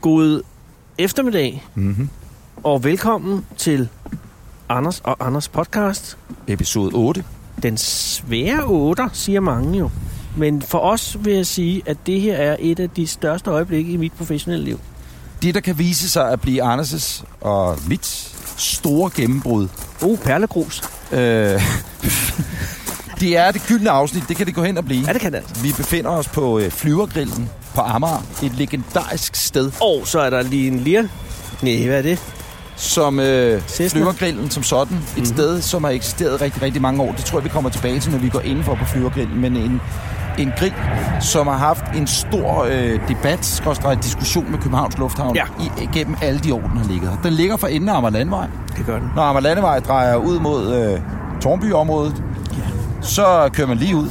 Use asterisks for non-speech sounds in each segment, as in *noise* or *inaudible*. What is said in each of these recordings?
God eftermiddag mm-hmm. og velkommen til Anders og Anders podcast. Episode 8. Den svære otter, siger mange jo. Men for os vil jeg sige, at det her er et af de største øjeblikke i mit professionelle liv. Det, der kan vise sig at blive Anders' og mit store gennembrud, Oh, perlegrus. øh, *laughs* det er det gyldne afsnit. Det kan det gå hen og blive. Ja, det kan det altså. Vi befinder os på øh, flyvergrillen på Amager. Et legendarisk sted, Og så er der lige en lille... Nej, hvad er det? som øh, Cessna. flyvergrillen som sådan. Et mm-hmm. sted, som har eksisteret rigtig, rigtig mange år. Det tror jeg, vi kommer tilbage til, når vi går indenfor på flyvergrillen. Men en, en grill, som har haft en stor øh, debat, skråstreg diskussion med Københavns Lufthavn, Ja. i, gennem alle de år, den har ligget her. Den ligger for enden af Amager Landvej. Det gør den. Når Amager Landevej drejer ud mod øh, Tornbyområdet, så kører man lige ud.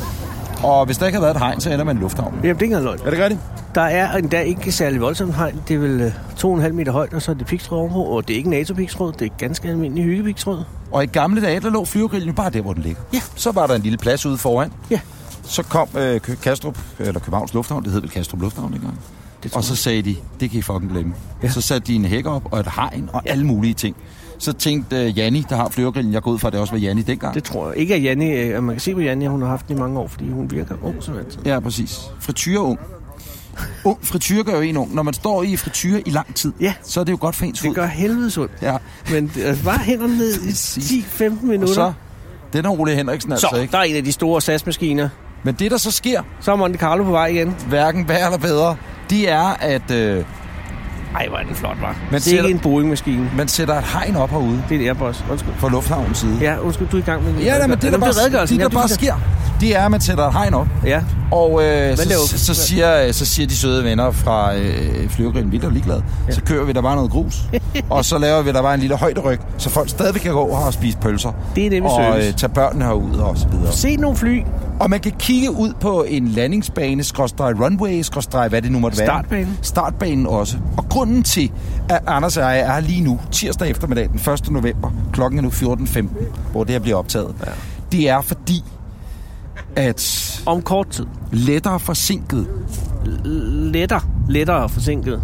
Og hvis der ikke har været et hegn, så ender man i lufthavnen. Jamen, det er ikke engang løgn. Er det rigtigt? Der er endda ikke særlig voldsomt hegn. Det er vel øh, 2,5 meter højt, og så er det pigtråd ovenpå. Og det er ikke NATO-pigtråd, det er ganske almindelig hyggepigtråd. Og i gamle dage, der lå flyvergrillen jo bare der, hvor den ligger. Ja. Så var der en lille plads ude foran. Ja, Så kom øh, Kø- Kastrup, eller Københavns Lufthavn, det hed vel Kastrup Lufthavn engang. det tror Og så sagde de, det kan I fucking glemme. Ja. Så satte de en hæk op og et hegn og alle mulige ting. Så tænkte øh, Janni, der har flyvergrillen, jeg går ud fra, at det også var Janni dengang. Det tror jeg. Ikke at Janne, øh, at man kan se på Janne, at hun har haft den i mange år, fordi hun virker ung som altid. Ja, præcis. Frityreung. Ung frityre gør jo en ung. Når man står i frityre i lang tid, Ja. så er det jo godt for ens Det hud. gør helvedes ondt. Ja. Men det er bare hænderne ned i Præcis. 10-15 Og minutter. så, den har Ole Henriksen altså så ikke. der er en af de store SAS-maskiner. Men det, der så sker, Så er Monte Carlo på vej igen. hverken værre eller bedre, det er, at øh, Ej, hvor er den flot, var. Men Men det er sætter- ikke en Boeing-maskine. man sætter et hegn op herude Det er en Airbus. Undskyld. fra lufthavnens side. Ja, undskyld, du er i gang med ja nej, men det, der Jamen, er bare, redegørelsen. det, der Jamen, bare det er sker, det er, at man sætter et hegn op. fint. Ja, Og øh, laver- så, så, så, siger, øh, så siger de søde venner fra øh, flyvergrillen, vi er da ligeglade. Ja. Så kører vi der bare *laughs* noget grus, og så laver vi der bare en lille højderyg, så folk stadigvæk kan gå her og spise pølser. Det er nemlig Og service. øh, tage børnene herud og så videre. se nogle fly. Og man kan kigge ud på en landingsbane, skråstreg runway, skråstreg hvad det nu måtte Startbanen. være. Startbanen også. Og grunden til, at Anders og jeg er her lige nu, tirsdag eftermiddag den 1. november, klokken er nu 14.15, hvor det her bliver optaget, ja. det er fordi, at Om kort tid. lettere forsinket Lettere. Lettere forsinket.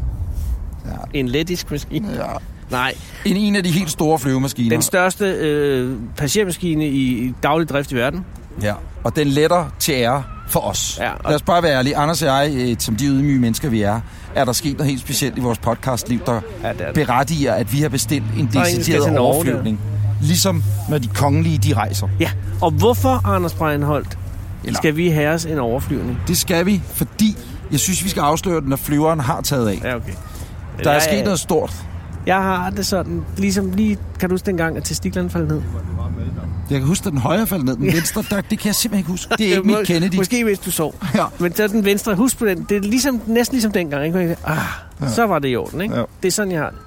Ja. En lettisk maskine. Ja. Nej, end en af de helt store flyvemaskiner. den største øh, passagermaskine i, i daglig drift i verden. ja. Og den letter til ære for os. Ja, og- Lad os bare være ærlige. Anders og jeg, øh, som de ydmyge mennesker vi er, er der sket noget helt specielt i vores podcastliv, der Ja, det er der. berettiger, at vi har bestilt en skal til decideret Norge, overflyvning. Ligesom når de kongelige, de rejser. Ja, og hvorfor, Anders Breinholt, Eller- Eller... skal vi have os en overflyvning? Det skal vi, fordi jeg synes, vi skal afsløre den, når flyveren har taget af. Ja, okay. Der er Øh, jeg, sket noget stort. Jeg har det sådan, ligesom lige, kan du huske dengang, at testiklerne faldt ned? Jeg kan huske, at den højre faldt ned, den venstre, der, det kan jeg simpelthen ikke huske. Det er ikke Øh, Må- mit Kennedy. *laughs* Måske hvis du sov. Ja. Men så den venstre, husk på den, det er ligesom, næsten ligesom dengang, ikke? Hvor jeg tænkte, Ah, ja. så var det i orden, ikke? Ja. Ja. Det er sådan, jeg har det.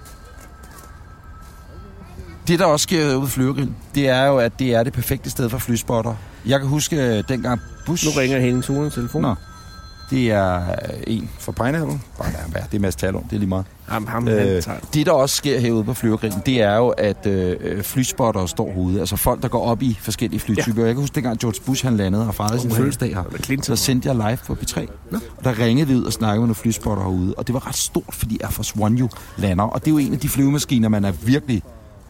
Det, der også sker ude i flyvergrillen, det er jo, at det er det perfekte sted for flyspotter. Jeg kan huske øh, dengang Bush... Nu ringer hele turen telefon. Nå. Det er øh, en fra Pineapple. Pineapple, ja, det er Mads Talon, det er lige meget. Ham, ham, øh. han Øh, tager. det, der også sker herude på flyvergrillen, det er jo, at øh, øh, flyspotter står herude. Altså folk, der går op i forskellige flytyper. Ja. Jeg kan huske, dengang George Bush han landede og fejrede sin Uha. fødselsdag her. Eller Clinton. Så sendte jeg live på P3. Og der ringede vi ud og snakkede med nogle flyspotter herude. Og det var ret stort, fordi Air Force One jo lander. Og det er jo en af de flyvemaskiner, man er virkelig...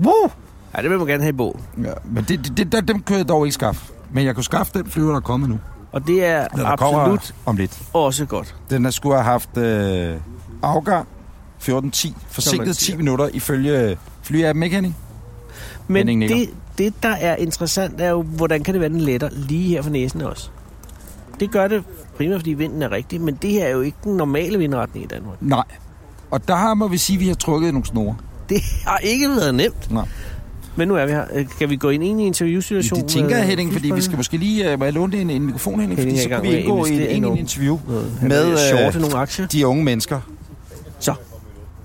Woo! Ja, det vil man gerne have i bog. Ja, men det, det, det, der- dem kunne jeg dog ikke skaffe. Men jeg kunne skaffe den flyver, der er kommet nu. Og det er Den der absolut kommer om lidt. også godt. Den har skulle have haft øh, afgang 14.10. Forsinket 10 minutter ifølge flyappen, ikke Henning? Henning Men nikker. det, det, der er interessant, er jo, hvordan kan det være, den letter lige her for næsen af os? Det gør det primært, fordi vinden er rigtig, men det her er jo ikke den normale vindretning i Danmark. *laughs* Nej. Og der har, må vi sige, at vi har trukket i nogle snore. Det har ikke været nemt. Nej. Men nu er vi her. Øh, Kan vi gå ind i en interviewsituation? Det tænker jeg, øh, Henning, fordi vi skal måske lige... Øh, må jeg låne en, en mikrofon, Henning? Henning Fordi er så i gang kan vi med at indgå i investere et i enkelt nogle- interview med med shorte øh, nogle aktier. de unge mennesker, Så,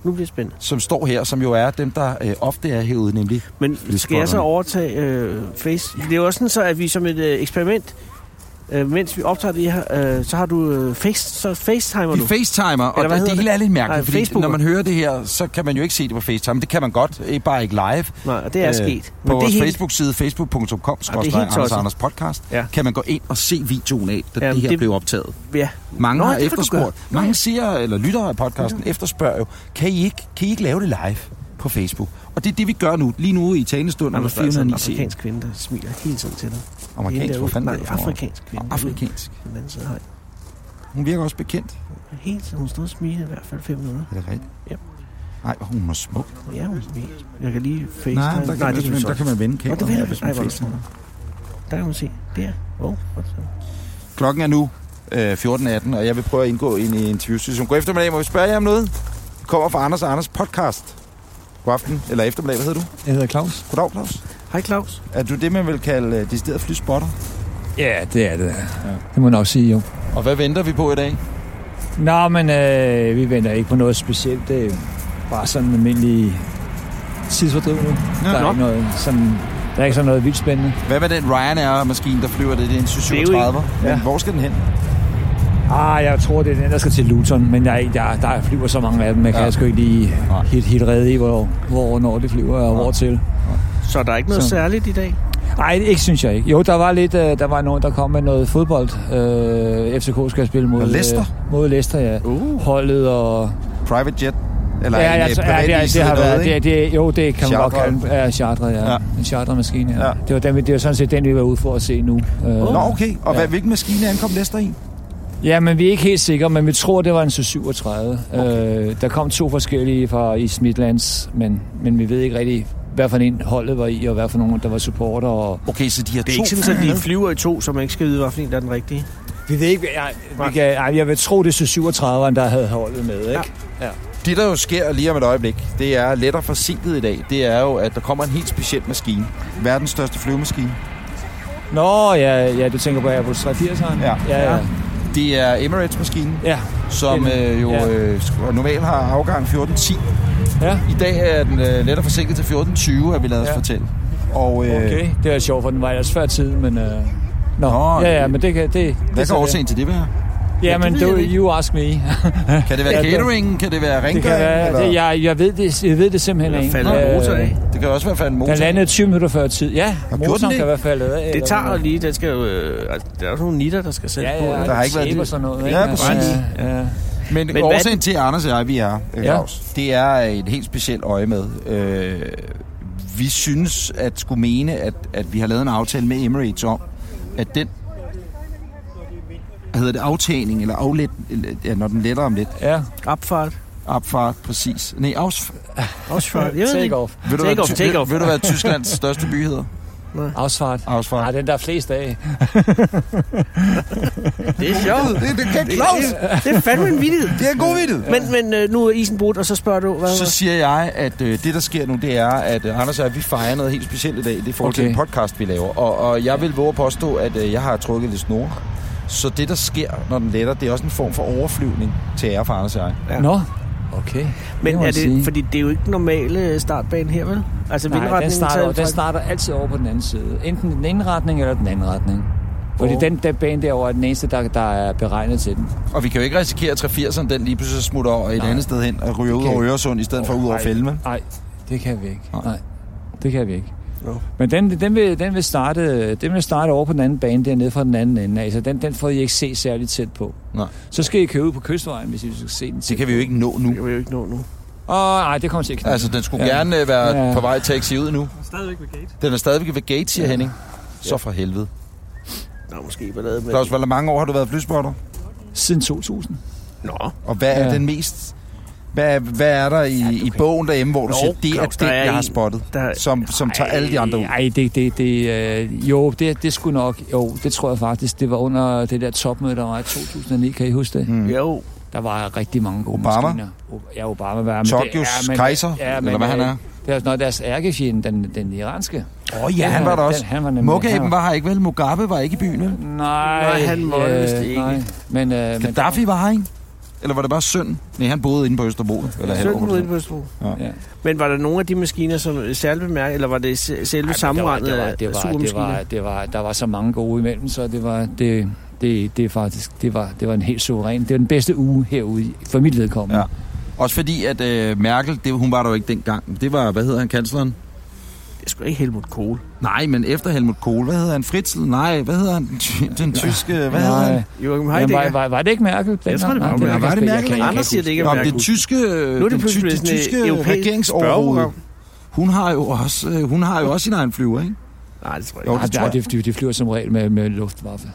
nu bliver det spændende. som står her, som jo er dem, der øh, ofte er herude, nemlig. Men er skal jeg så spotterne. overtage øh, Face? Det er jo også sådan så, at vi som et øh, eksperiment Øh, mens vi optager det her, øh, så har du øh, face, så facetimer Vi du. facetimer, og Eller hvad det, det hedder hele det? er lidt Nej, mærkeligt, fordi Facebooker. når man hører det her, så kan man jo ikke se det på facetime. Det kan man godt, eh, bare ikke live. Nej, og det er sket. Øh, På Men det er vores helt- Facebook-side, facebook.com, Anders tosset. Anders podcast, Ja. kan man gå ind og se videoen af, da Jamen, det her det- blev optaget. Ja. Mange Nå, har det kan du efterspurgt. gøre. Mange ser, eller lyttere af podcasten, efterspørger jo, kan I, ikke, kan I ikke lave det live på Facebook? Og det er det, vi gør nu. Lige nu i talestund, Jamen, under der er altså en 409 seere. afrikansk kvinde, der smiler hele tiden til dig. Hende Amerikansk, hvor derude. fanden er det Nej, for noget? afrikansk kvinde. altså, Afrikansk. Ude på Den anden side har Hun virker også bekendt. Hele tiden, hun stod og smilede i hvert fald fem minutter. Er det rigtigt? Ja. Nej, hvor hun er smuk. Ja, hun smiler. Jeg kan lige facetime. Nej, der kan, Nej, man, det kan du så. der kan man vende Nå, det kameraet vil her, jeg. hvis Ej, man hvor er det facetimer. Der kan man se. Der. oh, Wow. Godt så. Klokken er nu øh, 14.18, og jeg vil prøve at indgå i en interviewsituation. God eftermiddag, må vi spørge jer om noget? Det kommer fra Anders og Anders podcast. God aften, eller eftermiddag, hvad hedder du? Jeg hedder Claus. Goddag, Claus. Hej Claus. Er du det, man vil kalde øh, decideret flyspotter? Ja, det er det. Det må jeg nok sige, jo. Og hvad venter vi på i dag? Nå, men øh, vi venter ikke på noget specielt. Det er jo bare sådan en almindelig tidsfordriv nu. Ja, der, nå. er ikke noget, sådan, der er ikke sådan noget vildt spændende. Hvad med den Ryanair-maskine, der flyver det? Det er en 737. Men Ja. hvor skal den hen? Ah, jeg tror, det er den, der skal til Luton, men jeg, jeg, der flyver så mange af dem. Jeg kan Ja. ja. sgu ikke lige Nej. helt, helt redde i, hvor, hvor, når det flyver og hvor til. Så der er ikke noget Så. særligt i dag? Nej, det ikke synes jeg ikke. Jo, der var lidt, øh, der var nogen, der kom med noget fodbold. Øh, FCK skal spille mod... Og Leicester? Øh, mod Leicester, ja. Uh. Holdet og... Private jet? Eller ja, en ja, øh, så- ja, privat det, er- is det har eller noget, været, ikke? det, er- det, er- jo, det kan man godt Chartret. kalde den. ja, chartret, ja. Ja. ja. En chartermaskine, ja. Ja. ja. Det, var den, det var sådan set den, vi var ude for at se nu. Øh, Nå, okay. Og Ja. hvad, hvilken maskine ankom Lester i? Ja, men vi er ikke helt sikre, men vi tror, det var en C-37. Okay. Øh, der kom to forskellige fra East Midlands, men, men vi ved ikke rigtig, hvad for en holdet var i, og hvad for nogen, der var supporter. Og... Okay, så de har Det er to ikke sådan, at de flyver i to, så man ikke skal vide, hvilken en der er den rigtige. Vi ved ikke, jeg, vi kan, jeg, jeg vil tro, det er C-37'eren, der havde holdet med, ikke? Ja. Det, der jo sker lige om et øjeblik, det er lettere forsinket i dag, det er jo, at der kommer en helt speciel maskine. Verdens største flyvemaskine. Nå, ja, ja, du tænker på Airbus 380'eren? Ja. ja, ja. Det er Emirates-maskinen, ja. som Det er den. øh, jo Ja. øh, sk- normalt har afgang 14.10. ja. I dag er den øh, lettere forsinket til 14.20, har vi lavet os Ja. fortælle. Og øh, Okay, det var sjovt, for den var ellers før tid, men... Øh... Nå, Nå, ja, ja, det- men det kan... Det, hvad det kan årsagen til det være? Ja, men det ved du, jeg ikke. you ask me. det Kan det være Ja, det- catering? Kan det være kan rengøring? være, *laughs* det, jeg, jeg, ved det, jeg ved det simpelthen Eller ikke. falder en Øh, motor af. det kan også være for en motor. Den landede 20 minutter før tid. Ja, gjorde den motoren det? kan være faldet af. Det eller tager jo hvad. lige, den skal jo, øh, altså, der er også nogle nitter, der skal sætte Ja, på. ja, Der har ikke været sæbe det. og sådan noget. Ja, ikke? Altså, præcis. Ja, ja. Men, Men hvad- årsagen til, at Anders og jeg, vi er, øh, Ja. Claus, det er et helt specielt øje med. Øh, vi synes at skulle mene, at, at vi har lavet en aftale med Emirates om, at den hvad hedder det, aftagning, eller aflet, eller- ja, når den letter om lidt, ja. Opfart. opfart, præcis. Nej, aus, Opfart. Jeg ved Take ikke. off. ved, du, Take hvad, off, Ty- take ved- off. ved du, hvad Tysklands største by hedder? Afsfart. Ausfahrt. Nej, den der er flest af. Det er sjovt. Det, det kan Det, det er fandme en vildhed. Det er en god vidighed. Men, men øh, nu er isen brudt, og så spørger du, hvad Så siger jeg, at øh, det, der sker nu, det er, at øh, Anders og jeg, vi fejrer noget helt specielt i dag. Det er i forhold okay. til Okay. en podcast, vi laver. Og, og jeg vil våge at påstå, at øh, jeg har trukket lidt snore. Så det, der sker, når den letter, det er også en form for overflyvning til ære for Anders og jeg. Ja. Nå, okay. Men må er jeg det, sige. fordi det er jo ikke den normale startbane her, vel? Altså Nej, den vindretningen starter, tager den starter altid over på den anden side. Enten den ene retning eller den anden retning. Fordi Åh. den der bane derovre er den eneste, der, der er beregnet til den. Og vi kan jo ikke risikere, at 380'eren den lige pludselig smutter over et Nej. andet sted hen og ryger ud Det kan over vi- Øresund, i stedet for ud over Nej. Fælme. Nej, det kan vi ikke. Nej. Nej, Nej det kan vi ikke. Jo. Men den, den, vil, den, vil starte, den vil starte over på den anden bane dernede fra den anden ende af, så den, den får I ikke se særligt tæt på. Nej. Så skal I køre ud på kystvejen, hvis I skal se den Det tæt. kan vi jo ikke nå nu. Det vil jeg jo ikke nå nu. Åh, nej, det kommer til at knække. Altså, den skulle ja. Ja. gerne øh, være ja. Ja. på vej til at exit ud nu. Stadigvæk ved gate. Den er stadigvæk ved gate, siger ja. Ja. Henning. Så for helvede. Der er måske ballade med... Claus, hvor mange år har du været flyspotter? Siden 2000. Nå, Og hvad er ja. Ja. den mest... Hvad, hvad er der i, ja, i bogen derhjemme, hvor du Nå, siger, det er Claus, den, der er jeg har en, spottet, der- som, som tager alle de andre ud? Nej, det, det, det, øh, jo, det, det skulle nok, jo, det tror jeg faktisk, det var under det der topmøde, der var i 2009, kan I huske det? Mm. jo. Der var rigtig mange gode Obama? maskiner. O- Ja, Obama var men det- Tokyos men- kejser, men, øh, eller hvad han er? Det er også noget af deres ærkefjende, den, den iranske. Åh oh, ja, han var der også. han var nemlig- Mugaben han var her ikke, vel? Mugabe var ikke i byen, vel? Nej, Nej, han måtte øh, vist ikke. nej. Men, øh, men Gaddafi var her, ikke? Eller var det bare søn? Nej, han boede inde på Østerbro. Eller Sådan Hellerup. ude på Østerbro. ja. Men var der nogle af de maskiner, som særligt bemærket, eller var det se- selve Ej, men der var- sammenrendet der var- af det var, det var, supermaskiner? det var, der var så mange gode imellem, så det var, det, det, det, er faktisk, det, var, det var en helt suveræn. Det var den bedste uge herude, for mit vedkommende. Ja. Også fordi, at øh, Merkel, det, hun var der jo ikke dengang. Det var, hvad hedder han, kansleren? Det er sgu ikke Helmut Kohl. Nej, men efter Helmut Kohl, hvad hedder han? Fritzl? Nej, hvad hedder han? Den, ty- den tyske, hvad hedder han? Joachim Nej, men var, Heidegger. var, var, det ikke Merkel? Jeg tror, det var Nej, Merkel. jeg kan Var det sgu- jeg Merkel? kan- jeg kan Anders siger ikke huske det ikke er Nå, men den Merkel. tyske, Nu er den det tyske, pludselig den sådan et tyske europæisk regeringsoverhoved, spørgeprogram. hun har jo også, øh, hun har jo også sin egen flyver, ikke? Nej, det tror jeg Jo, ikke. det Nej, tror nej, jeg. det, det, det flyver som regel med, med luftwaffe.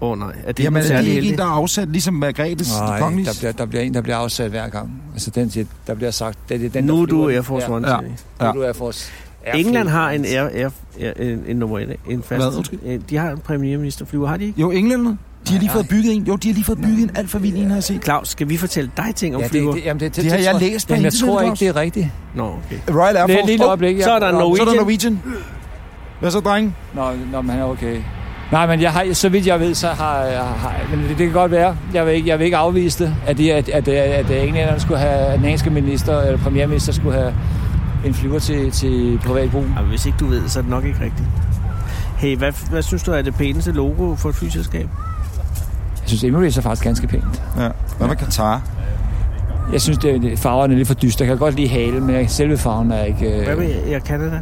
Åh oh, nej, er det Jamen, Jamen, er det særlig ikke en, heldigt? der er afsat, ligesom Margrethes Nej, kongelige? der bliver, der bliver en, der bliver afsat hver gang. Altså, den, siger- der bliver sagt, det, det er den, Nu der er du flyver den. Air Force ja, One. Ja. siger de. Ja. Nu er du Air Force. Air England Fleet. har en, air, air, air, en, en nummer et, en fast. Hvad? Undskyld. en- De har en premierministerflyver, har de ikke? Jo, englænderne. De har lige Nej, fået nej. bygget en. Jo, de har lige fået bygget en alt for vild en, har jeg set. Claus, skal vi fortælle dig ting om Ja, flyver? det, det, jamen, det, det, Det har jeg tror- læst på Jamen, jeg internettet tror ikke, også. det er rigtigt. Nå, okay. Royal Air Det er Force. lige et Åh, øjeblik. jeg- så er der Nå, Norwegian. Så er der Norwegian. Hvad så, drenge? Nå, nå, men han er okay. Nej, men jeg har, så vidt jeg ved, så har jeg... Har, men det, det kan godt være, jeg vil ikke, jeg vil ikke afvise det, at, det, at, at, at, at englænderne skulle have, at den engelske minister, eller premierminister skulle have en flyver til, til privat brug. Ej, hvis ikke du ved, så er det nok ikke rigtigt. Hey, hvad, hvad synes du er det pæneste logo for et flyselskab? Jeg synes, Emirates er faktisk ganske pænt. Ja. Hvad med Katar? Jeg synes, det, det- farverne er lidt for dyster. Jeg kan godt lide hale, men jeg- selve farven er ikke... Øh, Hvad med Air Canada?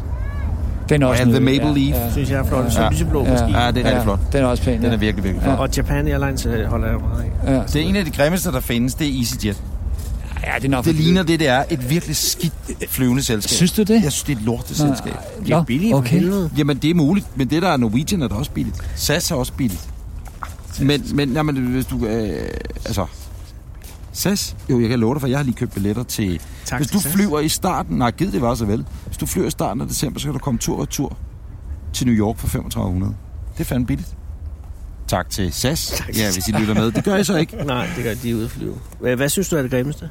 den er også Ja, the noget, maple leaf. Synes jeg er flot. Ja. Som lyseblå Ja. måske. Ja, det er rigtig flot. Den er også pæn, Den ja. er virkelig, virkelig flot. Og Japan Airlines øh, holder jeg meget af. Ja. Det er en af de grimmeste, der findes, det er EasyJet. ja, det er nok Det for- ligner det, det er. Et virkelig skidt flyvende selskab. Synes du det? Jeg synes, det er et lortet selskab. De er billige for okay. helvede. Jamen, det er muligt, men det, der er Norwegian, er da også billigt. SAS er også billigt. Men, men jamen, hvis du... Øh, altså... SAS? Jo, jeg kan love dig for, jeg har lige købt billetter til... Tak hvis til du SAS. flyver i starten... Nej, gid det var så vel. Hvis du flyver i starten af december, så kan du komme tur og tur til New York for 3500. Det er fandme billigt. Tak til SAS. Tak til ja, hvis I lytter med. Det gør I så ikke. Nej, det gør de ude at flyve. Hvad, hvad synes du er det grimmeste?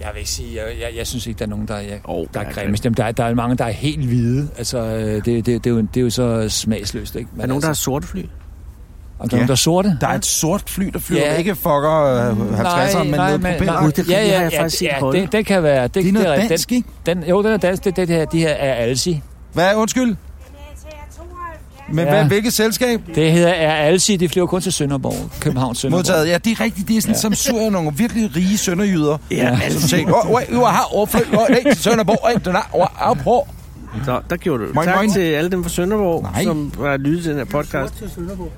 Jeg vil ikke sige, jeg, jeg, jeg synes ikke, der er nogen, der, jeg, Åh, oh, der der er er grimmest. Jamen, Der, er- der er mange, der er helt hvide. Altså, øh, det, det, det, er, jo, det er jo så smagsløst, ikke? Er der nogen, der har altså, sorte fly? om der, er Ja. nogen, der er sorte? *laughs* Der er et sort fly, der flyver Ja. ikke fucker øh, 50'eren, men noget propeller. Gud, det ja, har ja, jeg ja, faktisk set ja, holde. det, det kan være... Det, Det er noget rigtigt. dansk, ikke? den, den, jo, den er dansk. Det, det, det her, de her er Alsi. Hvad? Undskyld. Men Ja. hvad, hvilket selskab? Det hedder er Alsi. De flyver kun til Sønderborg. København, Sønderborg. Modtaget. Ja, det er rigtigt. Det er sådan, ja. som sur nogle virkelig rige sønderjyder. Ja. altså, Som tænker, åh, oh, jeg har overfløjt, åh, hey, til Sønderborg, hey, den er, åh, oh, på. Så, der gjorde du. Moin, tak moin. til alle dem fra Sønderborg, Nej. som har lyttet til den her podcast. Sort til Sønderborg.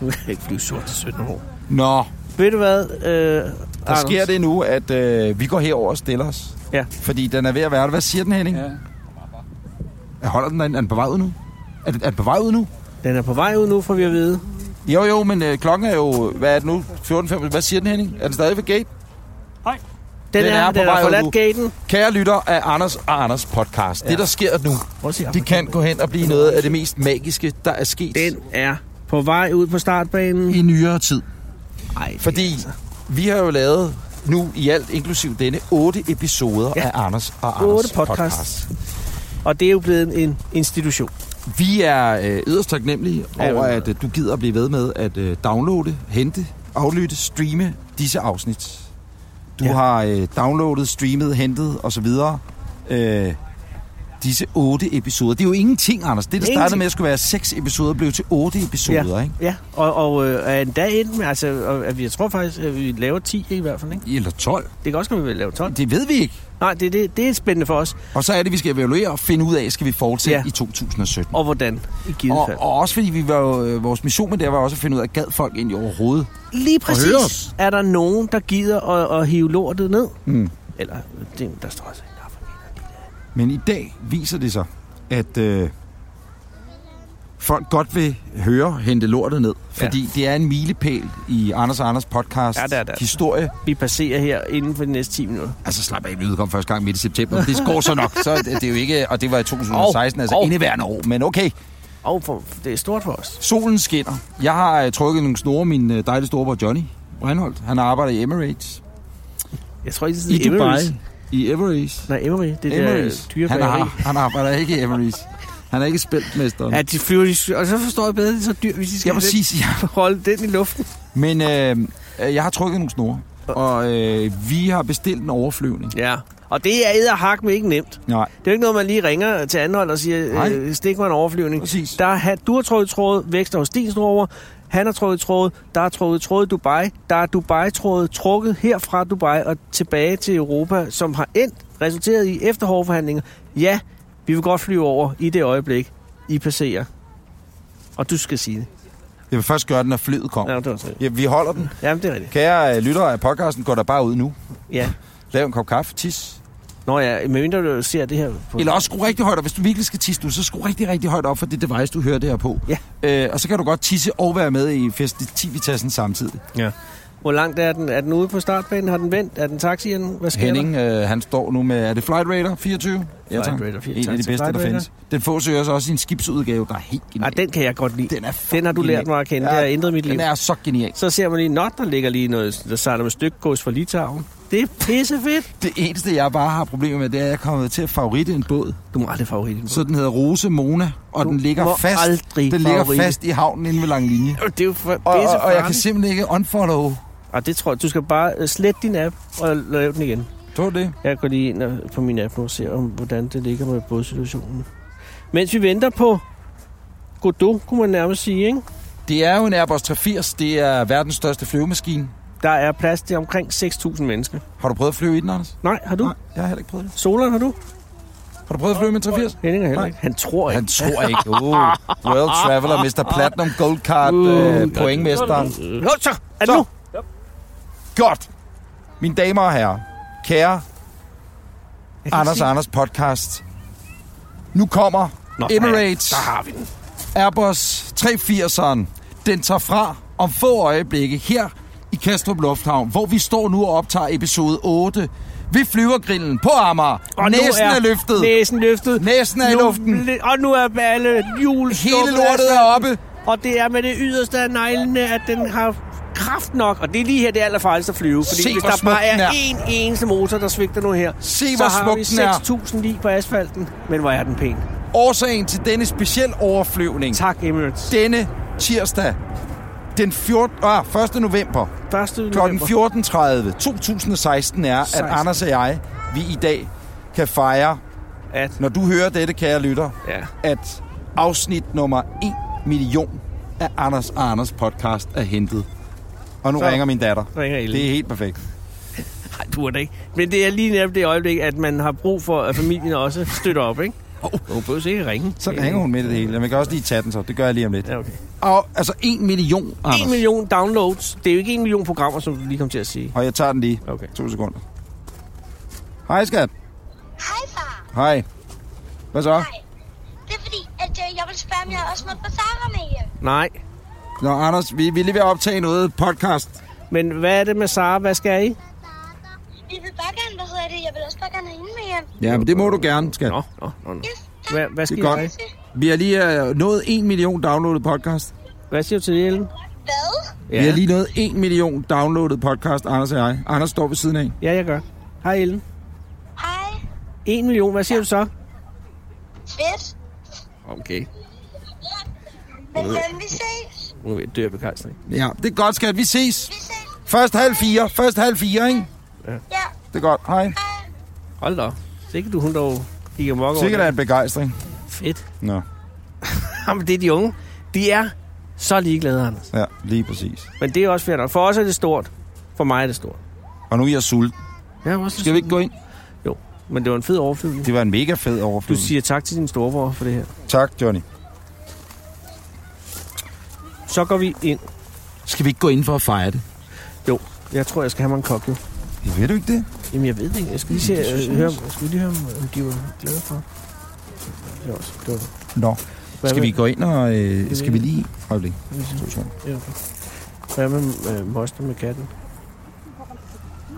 Du kan ikke flyve sort til Sønderborg. Nå, Ved du hvad, øh, der sker det nu, at øh, vi går herover og stiller os. Ja. Fordi den er ved at være der. Hvad siger den, Henning? Ja. Ja. Holder den derinde? Er den på vej ud nu? Er, den- er den på vej ud nu? Den er på vej ud nu, får vi at vide. Jo, jo, men øh, klokken er jo, hvad er det nu? 14.15. Hvad siger den, Henning? Er den stadig ved gate? Den, Den er, er er på den vej har ud nu. forladt gaten. Kære lytter af Anders og Anders podcast. Ja. Det, der sker nu, Prøv at se, det kan gå hen og blive noget af det mest magiske, der er sket Den er på vej ud på startbanen. i nyere tid. Ej, Fordi vi har jo lavet nu i alt, inklusiv denne, otte episoder ja. Ja. af Anders og Otte Anders podcast. podcasts. podcast. Og det er jo blevet en institution. Vi er øh, yderst taknemmelige Ja, over, ja. at øh, du gider at blive ved med at øh, downloade, hente, aflytte, streame disse afsnit. Du Ja. ja. har øh, downloadet, streamet, hentet osv. Øh, disse otte episoder. Det er jo ingenting, Anders. Det, der Ingenting. startede med at skulle være seks episoder, blev til otte episoder, ja. ikke? ja, og, og øh, er endda endt med, altså, og, at vi, jeg tror faktisk, at vi laver 10 i hvert fald, ikke? Eller 12. Det kan også være, at vi laver 12. Det ved vi ikke. Nej, det, det, det er spændende for os. Og så er det, vi skal evaluere og finde ud af, skal vi fortsætte ja. Ja. i 2017. Og hvordan, i givet Og, fald. og også fordi vi var, jo- øh, vores mission med det var også at finde ud af, gad folk egentlig overhovedet? Lige høre os. præcis er der nogen, der gider at, at hive lortet ned. Mm. Eller, det, der står også en afrikaner. Men i dag viser det sig, at øh, folk godt vil høre Hente Lortet ned. Fordi ja. det er en milepæl i Anders og Anders podcast Ja, det er det. historie. Vi passerer her inden for de næste 10 minutter. Altså slap af, vi udkom første gang midt i september. Det går så nok. Så er det, det er jo ikke, og det var i 2016, oh, altså Åh, oh. åh. indeværende år. Men okay, Og for, det er stort for os. solen skinner. Jeg har øh, trykket nogle snore, min øh, dejlige storebror Johnny Reinholdt. Han arbejder i Emirates. Jeg tror ikke, det I er Emirates. Dubai. I Emirates. Nej, Emery, det er Emery's. der dyre han, bageri. har, han arbejder ikke i Emery's. Han er ikke spiltmesteren. Ja, At... de flyver, de, og så forstår jeg bedre, at det er så dyrt, hvis de skal Jeg må have den- sige, ja. holde den i luften. Men øh, øh, jeg har trykket nogle snore, og øh, vi har bestilt en overflyvning. Ja, og det er æder hak med ikke nemt. Nej, Det er jo ikke noget, man lige ringer til anhold og siger, Nej. øh, stik mig en overflyvning. præcis. Der er hat, du har trukket tråd, vækster hos din snor over. Han har trukket tråd, der er trukket tråd i Dubai, der er Dubai-trådet trukket her fra Dubai og tilbage til Europa, som har endt resulteret i efter hårde forhandlinger. Ja, vi vil godt flyve over i det øjeblik, I passerer. Og du skal sige det. Jeg vil først gøre den, når flyet kommer. Ja, Ja. det var så. Ja, vi holder den. Jamen, det er rigtigt. Kære øh, lyttere af podcasten, går der bare ud nu. Ja. Lav en kop kaffe, tis. Nå ja, medmindre du ser det her på... Eller også skru rigtig højt op. Hvis du virkelig skal tisse, du, så skru rigtig, rigtig højt op for det device, du hører det her på. Ja. Øh, og så kan du godt tisse og være med i festivitassen samtidig. Ja. Hvor langt er den? Er den ude på startbanen? Har den vendt? Er den taxierne? Hvad sker Henning, øh, han står nu med, er det Flight Radar 24? Flight Radar 24. En Tak til af de bedste, Flight der Radar. findes. Den fås jo også i en skibsudgave, der er helt der? genial. Ah, den kan jeg godt lide. Den, den, er den har du fucking lært mig at kende. Ja, Ja, det har ændret mit liv. Den er så genial. Så ser man lige, nå, der ligger lige noget, der sejler med stykkegås fra Litauen. Det er pissefedt. Det eneste, jeg bare har problemer med, det er, at jeg er kommet til at favoritte en båd. Du må aldrig favorit. Så den hedder Rose Mona, og Du den må ligger fast. aldrig den ligger favoritte. fast i havnen inde ved Langlinje. Det er jo for, Og, og, og jeg kan se... simpelthen ikke unfollow. ah, det tror jeg, du skal bare øh, slette din app og lave den igen. Tror du det? Jeg går lige ind og- på min app nu og ser, om, hvordan det ligger med bådsituationen. Mens vi venter på Godot, kunne man nærmest sige, ikke? Det er jo en Airbus 380. Det er verdens største flyvemaskine. Der er plads til omkring 6.000 mennesker. Har du prøvet at flyve i den, Anders? Nej, har du? Nej, jeg har heller ikke prøvet det. Solon har du? Har du prøvet at flyve med en 380? Henning er heller Nej. ikke. Han tror ikke. Han tror ikke. Oh, World Traveler, Mr. Platinum, Gold Card, Uh, øh, pointmesteren. Øh, Nå, så! Er det Så. nu? Godt. Mine damer og herrer, kære Jeg kan ikke Anders se- og Anders podcast. Nu kommer Nå, for Emirates Der har vi den. Airbus 380'eren. Den tager fra om få øjeblikke her i Kastrup Lufthavn, hvor vi står nu og optager episode 8. Vi flyver grillen på Amager. nu Næsen er, er løftet. Næsen løftet. Næsen er i Nu luften. bl- Og nu er alle hjul Hele stukket lortet af er oppe. sig. Og det er med det yderste af neglene, at den har kraft nok. Og det er lige her, det er allerfarligst at flyve. Fordi Se, hvis hvor der smuk bare den er er. én eneste motor, der svigter nu her, Se, så hvor har smuk vi den er. 6.000 lige på asfalten. Men hvor er den pæn. Årsagen til denne speciel overflyvning Tak, Emirates. denne tirsdag, den 14, ah, 1. november, Første kl. 14.30 2016 er, at 16. Anders og jeg, vi i dag kan fejre, At, når du hører dette, kære lytter, ja. at afsnit nummer 1 million af Anders og Anders podcast er hentet. Og nu Så. så. ringer min datter. Ringer Ellen. Det er helt perfekt. Nej, burde ikke. Men det er lige netop det øjeblik, at man har brug for, at familien også støtter op, ikke? Hov. Hun behøver ikke ringe. Så ringer hun midt i det hele. Men jeg kan også lige tage den så. Det gør jeg lige om lidt. Ja, okay. Og, altså 1 million, Anders. 1 million downloads. Det er jo ikke 1 million programmer, som du lige kom til at sige. Og jeg tager den lige. Okay. To sekunder. Hej, skat. Hej far. Hej. Hvad så? Hej. Det er fordi, at øh, jeg vil spørge, om jeg også måtte få Sara med hjem. Nej. Nå, Anders, vi, vi er lige ved at optage noget podcast. Men hvad er det med Sara? Hvad skal I? Vi vil bare gerne, hvad hedder det, jeg vil også bare gerne have hende med hjem. Ja, men det må du gerne, skat. Nå, nå, nå. nå. Yes, tak. Hvad, hvad, skal Det er I, godt. Vi har lige uh, nået 1 million downloadet podcast. hvad siger du til det, Ellen? Hvad? Ja. Vi har lige nået 1 million downloadet podcast, Anders og jeg. Anders står ved siden af. ja, jeg gør. Hej, Ellen. Hej. 1 million. Hvad siger du så? Fedt. Okay. Men øh, vi ses. Nu er jeg dør af begejstring. Ja, det er godt, skat. Vi ses. Vi ses. Først halv fire. Først halv fire, ikke? Ja. Det er godt. Hej. Hej. Hold da. op. Sikkert du, hun dog gik amok over Sikkert det. er en begejstring. Fedt. Nå, *laughs* Jamen, det er de unge. De er så ligeglade, Anders. ja, lige præcis. Men det er også fair nok. For os er det stort. For mig er det stort. Og nu er jeg sulten. Ja, også Skal vi ikke gå ind? Jo, men det var en fed overflyvning. Det var en mega fed Du overflyvning. siger tak til din storebror for det her. Tak, Johnny. Så går vi ind. Skal vi ikke gå ind for at fejre det? Jo, jeg tror, jeg skal have mig en kop, jo. Ja, ved du ikke det? Jamen, jeg ved det ikke. Jeg skal lige, se, øh, høre, om- jeg skal lige høre, om- om de var glade for. Det var også, det var, Nå. Hvad Skal med- vi gå ind og... Øh, skal vi vi- lige... Øjeblik. To sekunder. ja, okay. Hvad med øh, moster med katten?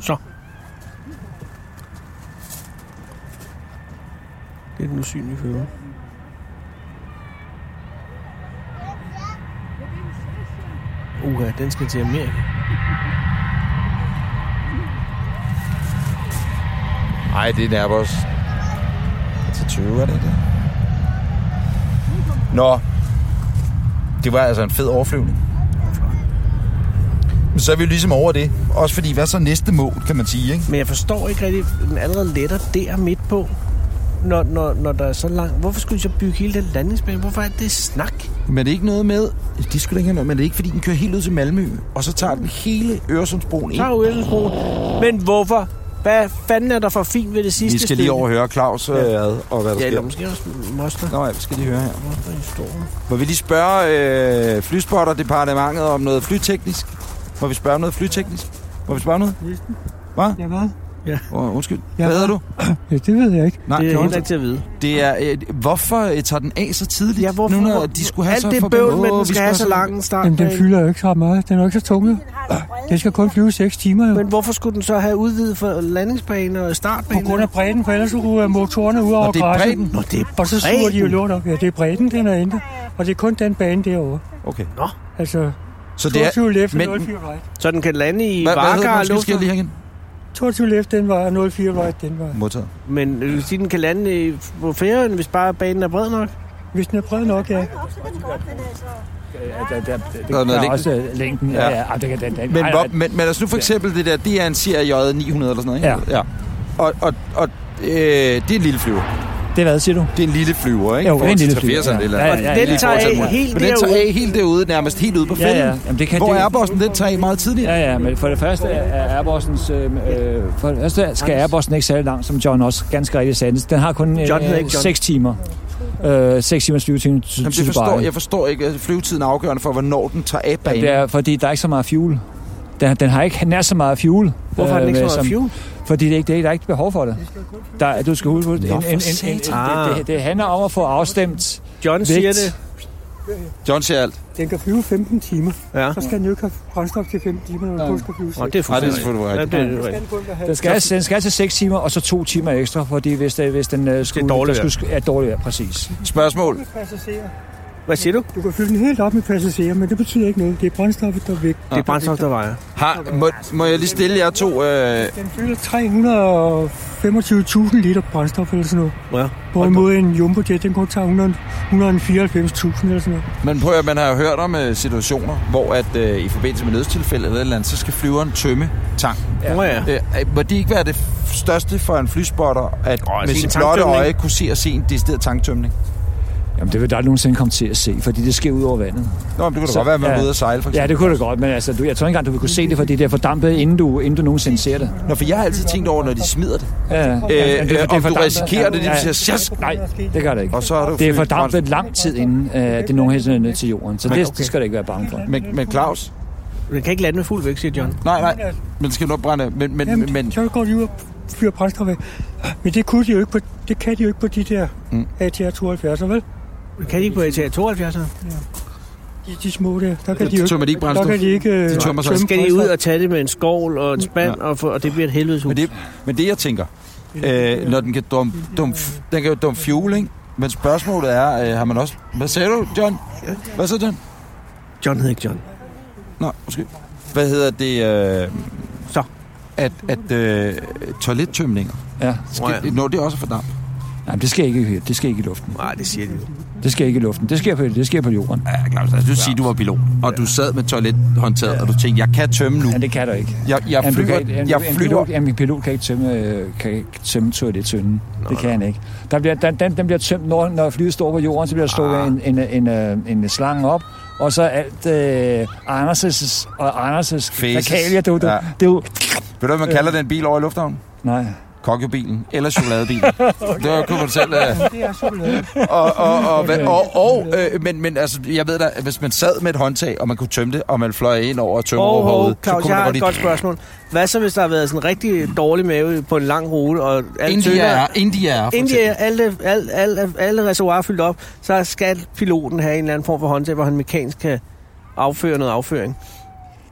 Så. Det er den usynlige hører. Uha, den skal til Amerika. Nej, det er en Airbus. Til 20 er det det? Nå, det var altså en fed overflyvning. Men så er vi jo ligesom over det. Også fordi, hvad er så næste mål, kan man sige, ikke? Men jeg forstår ikke rigtigt, den allerede letter der midt på. når, når, når der er så langt? Hvorfor skulle de så bygge hele den landingsbane? Hvorfor er det snak? Men er det ikke noget med, de skulle da ikke have noget, men er det ikke, fordi den kører helt ud til Malmø, og så tager den hele Øresundsbroen ind? Så er Øresundsbroen. Men hvorfor? Hvad fanden er der for fint ved det sidste Vi skal lige over og høre Claus øh, ad, og hvad der Ja, sker. eller måske også Moster. Nå, ja, vi skal lige høre her. Moster-historien. Hvor vi lige spørge øh, flyspotter-departementet om noget flyteknisk? Må vi spørge om noget flyteknisk? Må vi spørge om noget? Ja, hvad? Oh, undskyld. Ja, Hvad hedder du? Ja, det ved jeg ikke. Nej, Det er Kjolsen. heller ikke til at vide. Det er, øh, hvorfor øh, tager den af så tidligt? Ja, hvorfor? Nu, når de skulle have Alt så det forbi- bøvl med, Åh, den vi skal have så have lang en start. Jamen, den fylder jo ikke så meget. Den er jo ikke så tung. jo. Den skal kun flyve 6 timer, jo. Men hvorfor skulle den så have udvidet for landingsbane og På startbane? grund af bredden, for ellers ruer motorerne ud over det er græsset. bredden? Nå, det er Og så suger de jo lort op. Ja, det er bredden, den er ændret. Og det er kun den bane derovre. Okay. Altså, Så det er... 22 left men- og 04 right. Så den kan lande i Hvad, hvad hedder Varga den? og Undskyld, skal jeg lufthavn. lige have igen? 22 left den var, og 04 right den var. Modtaget. Men det vil sige, den kan lande i- på ferien, hvis bare banen er bred nok. Hvis den er bred nok, ja. Der, der, der, noget der, der er længden. også øh, længden. Ja, Ja. ja. ja det kan, den, den, Men, ej, hvor, men, men altså nu for eksempel det der, det er en Serie 900 eller sådan noget, ikke? Ja. Og, og, og øh, det er en lille flyver. Det hvad, siger du? Det er en lille flyver, ikke? Jo, I forhold en til lille flyver, 80'erne ja. Eller, Ja, ja, andet. ja, Den ja. Lige tager forhold til af Amager. helt Men den derude. tager af helt derude, nærmest helt ude på Ja, fælden. ja. Jamen, det kan, Hvor det, er Airbussen? Den tager af meget tidligt. Ja, ja, men for det første er Airbussen, øh, øh, for det første skal Airbussen ikke særlig langt, som John også ganske rigtigt sagde. Den har kun øh, John hedder ikke John. 6 timer. Øh, 6 timers flyvetime til, Jamen, til det Dubai. forstår, jeg forstår ikke, at flyvetiden er afgørende for, hvornår den tager af banen. Det er, fordi der er ikke så meget fuel. Den, den har ikke nær så meget fuel. Hvorfor har den ikke øh, så meget som- fuel? Fordi det er ikke, det er, der er ikke behov for det. Der, du skal huske, en, en, en, en, en, en, det, det, det handler om at få afstemt John siger vægt. det. John siger alt. Den kan flyve 15 timer. Ja. Så skal den jo ikke have brændstof til 15 timer, når den kun skal flyve 6. Nå, det er Nej, det er fuldstændig. selvfølgelig rigtigt. Ja, det er Den rigtigt. kun vil have Den skal, den skal til 6 timer, og så 2 timer ekstra, fordi hvis, det, hvis den øh, skulle... dårligt der skulle, ja, dårligt vejr, præcis. Spørgsmål. passagerer. Hvad siger du? Du kan fylde den helt op med passagerer, men det betyder ikke noget. Det er brændstoffet, der er væk. Det er brændstof, der vejer. Har, må, må jeg lige stille jer to... Øh, Den fylder 325.000 liter brændstof eller sådan noget. Ja. Hvorimod en jumbojet, den kun tager 100 194.000 eller sådan noget. men prøv at man har jo hørt om øh, situationer, hvor at øh, i forbindelse med nødstilfælde eller et eller andet, så skal flyveren tømme tank. Nå ja. Øh, øh, må det ikke være det f- største for en flyspotter, at Åh, oh, at med se en sit blotte tanktømning? øje kunne se og se en decideret tanktømning? Jamen, det vil der aldrig nogensinde komme til at se, fordi det sker ud over vandet. Nå, men det kunne da Så- godt være, at man ja. var ude at sejle, for Ja, eksempel. det kunne det godt, men altså, du, jeg tror ikke engang, du vil kunne se det, fordi det er fordampet, inden du, inden du nogensinde ser det. Nå, for jeg har altid tænkt over, når de smider det. Ja, ja. Øh, Ja, men det er- øh, det er om du fordampet. risikerer det, det Ja, vil ja. sige, yes, Nej, det gør det ikke. og så har du Det er flyet- fordampet lang tid inden, øh, det er nogen helt ned til jorden. Så det, det skal du ikke være bange for. Men, men Claus? Den kan ikke lande med fuld vægt, siger John. Nej, nej. Men skal du opbrænde? Men, men, Jamen, men, men så går de ud og fyrer brændstof af. Men det, kunne de jo ikke på, det kan de jo ikke på de der mm. ATR-72, vel? Den kan ikke på ETA 72. De, de små der. Der kan de jo de ikke, tømmer de ikke der brændstof. kan de ikke øh, De tømmer sig. Så tømme skal de ud brændstof. og tage det med en skål og en spand, og, få, og det bliver et helvedes hus. Men det, men det jeg tænker, øh, når den kan dum, dum, den kan jo dum fuel, ikke? Men spørgsmålet er, øh, har man også... Hvad sagde du, John? Hvad så, John? John hed ikke John. Nå, måske. Hvad hedder det? Øh, Så. At, at øh, toilettømninger, Ja. Nå ja. skal, når det også er for damp. Jamen, det sker ikke, det sker ikke i luften. Nej, det siger de jo. Det sker ikke i luften. Det sker på, det sker på jorden. Ja, Claus, altså, du siger, du var pilot, og du sad med toilethåndtaget, og du tænkte, jeg kan tømme nu. Ja, det kan du ikke. Jeg, jeg Jamen, du flyver, kan, en, jeg en, flyver pilot, jamen, en pilot kan ikke tømme, øh, kan ikke tømme toilettønden. Det kan han ikke. Der bliver, den, den, den bliver tømt, når, når flyet står på jorden, så bliver der Ah. slået en, en, en, øh, en slange op, og så alt øh, Anders' og Anders' Fæses. fækalier, du, du, Ja. ja. du, Ved du, hvad man kalder den bil over i lufthavnen? nej. Kokkebilen eller chokoladebilen. okay. Det var kun man selv... Øh, Det er chokolade. og, og, og, hvad- og, og øh, men, men altså, jeg ved da, hvis man sad med et håndtag, og man kunne tømme det, og man fløj ind over og tømme Hov, over hov, hovedet, Claus, kunne jeg har man et godt spørgsmål. Hvad så, hvis der har været sådan en rigtig dårlig mave på en lang rute, og alt India tynder, er, India er, for India, eksempel. alle, alle, alle, alle reservoirer fyldt op, så skal piloten have en eller anden form for håndtag, hvor han mekanisk kan afføre noget afføring.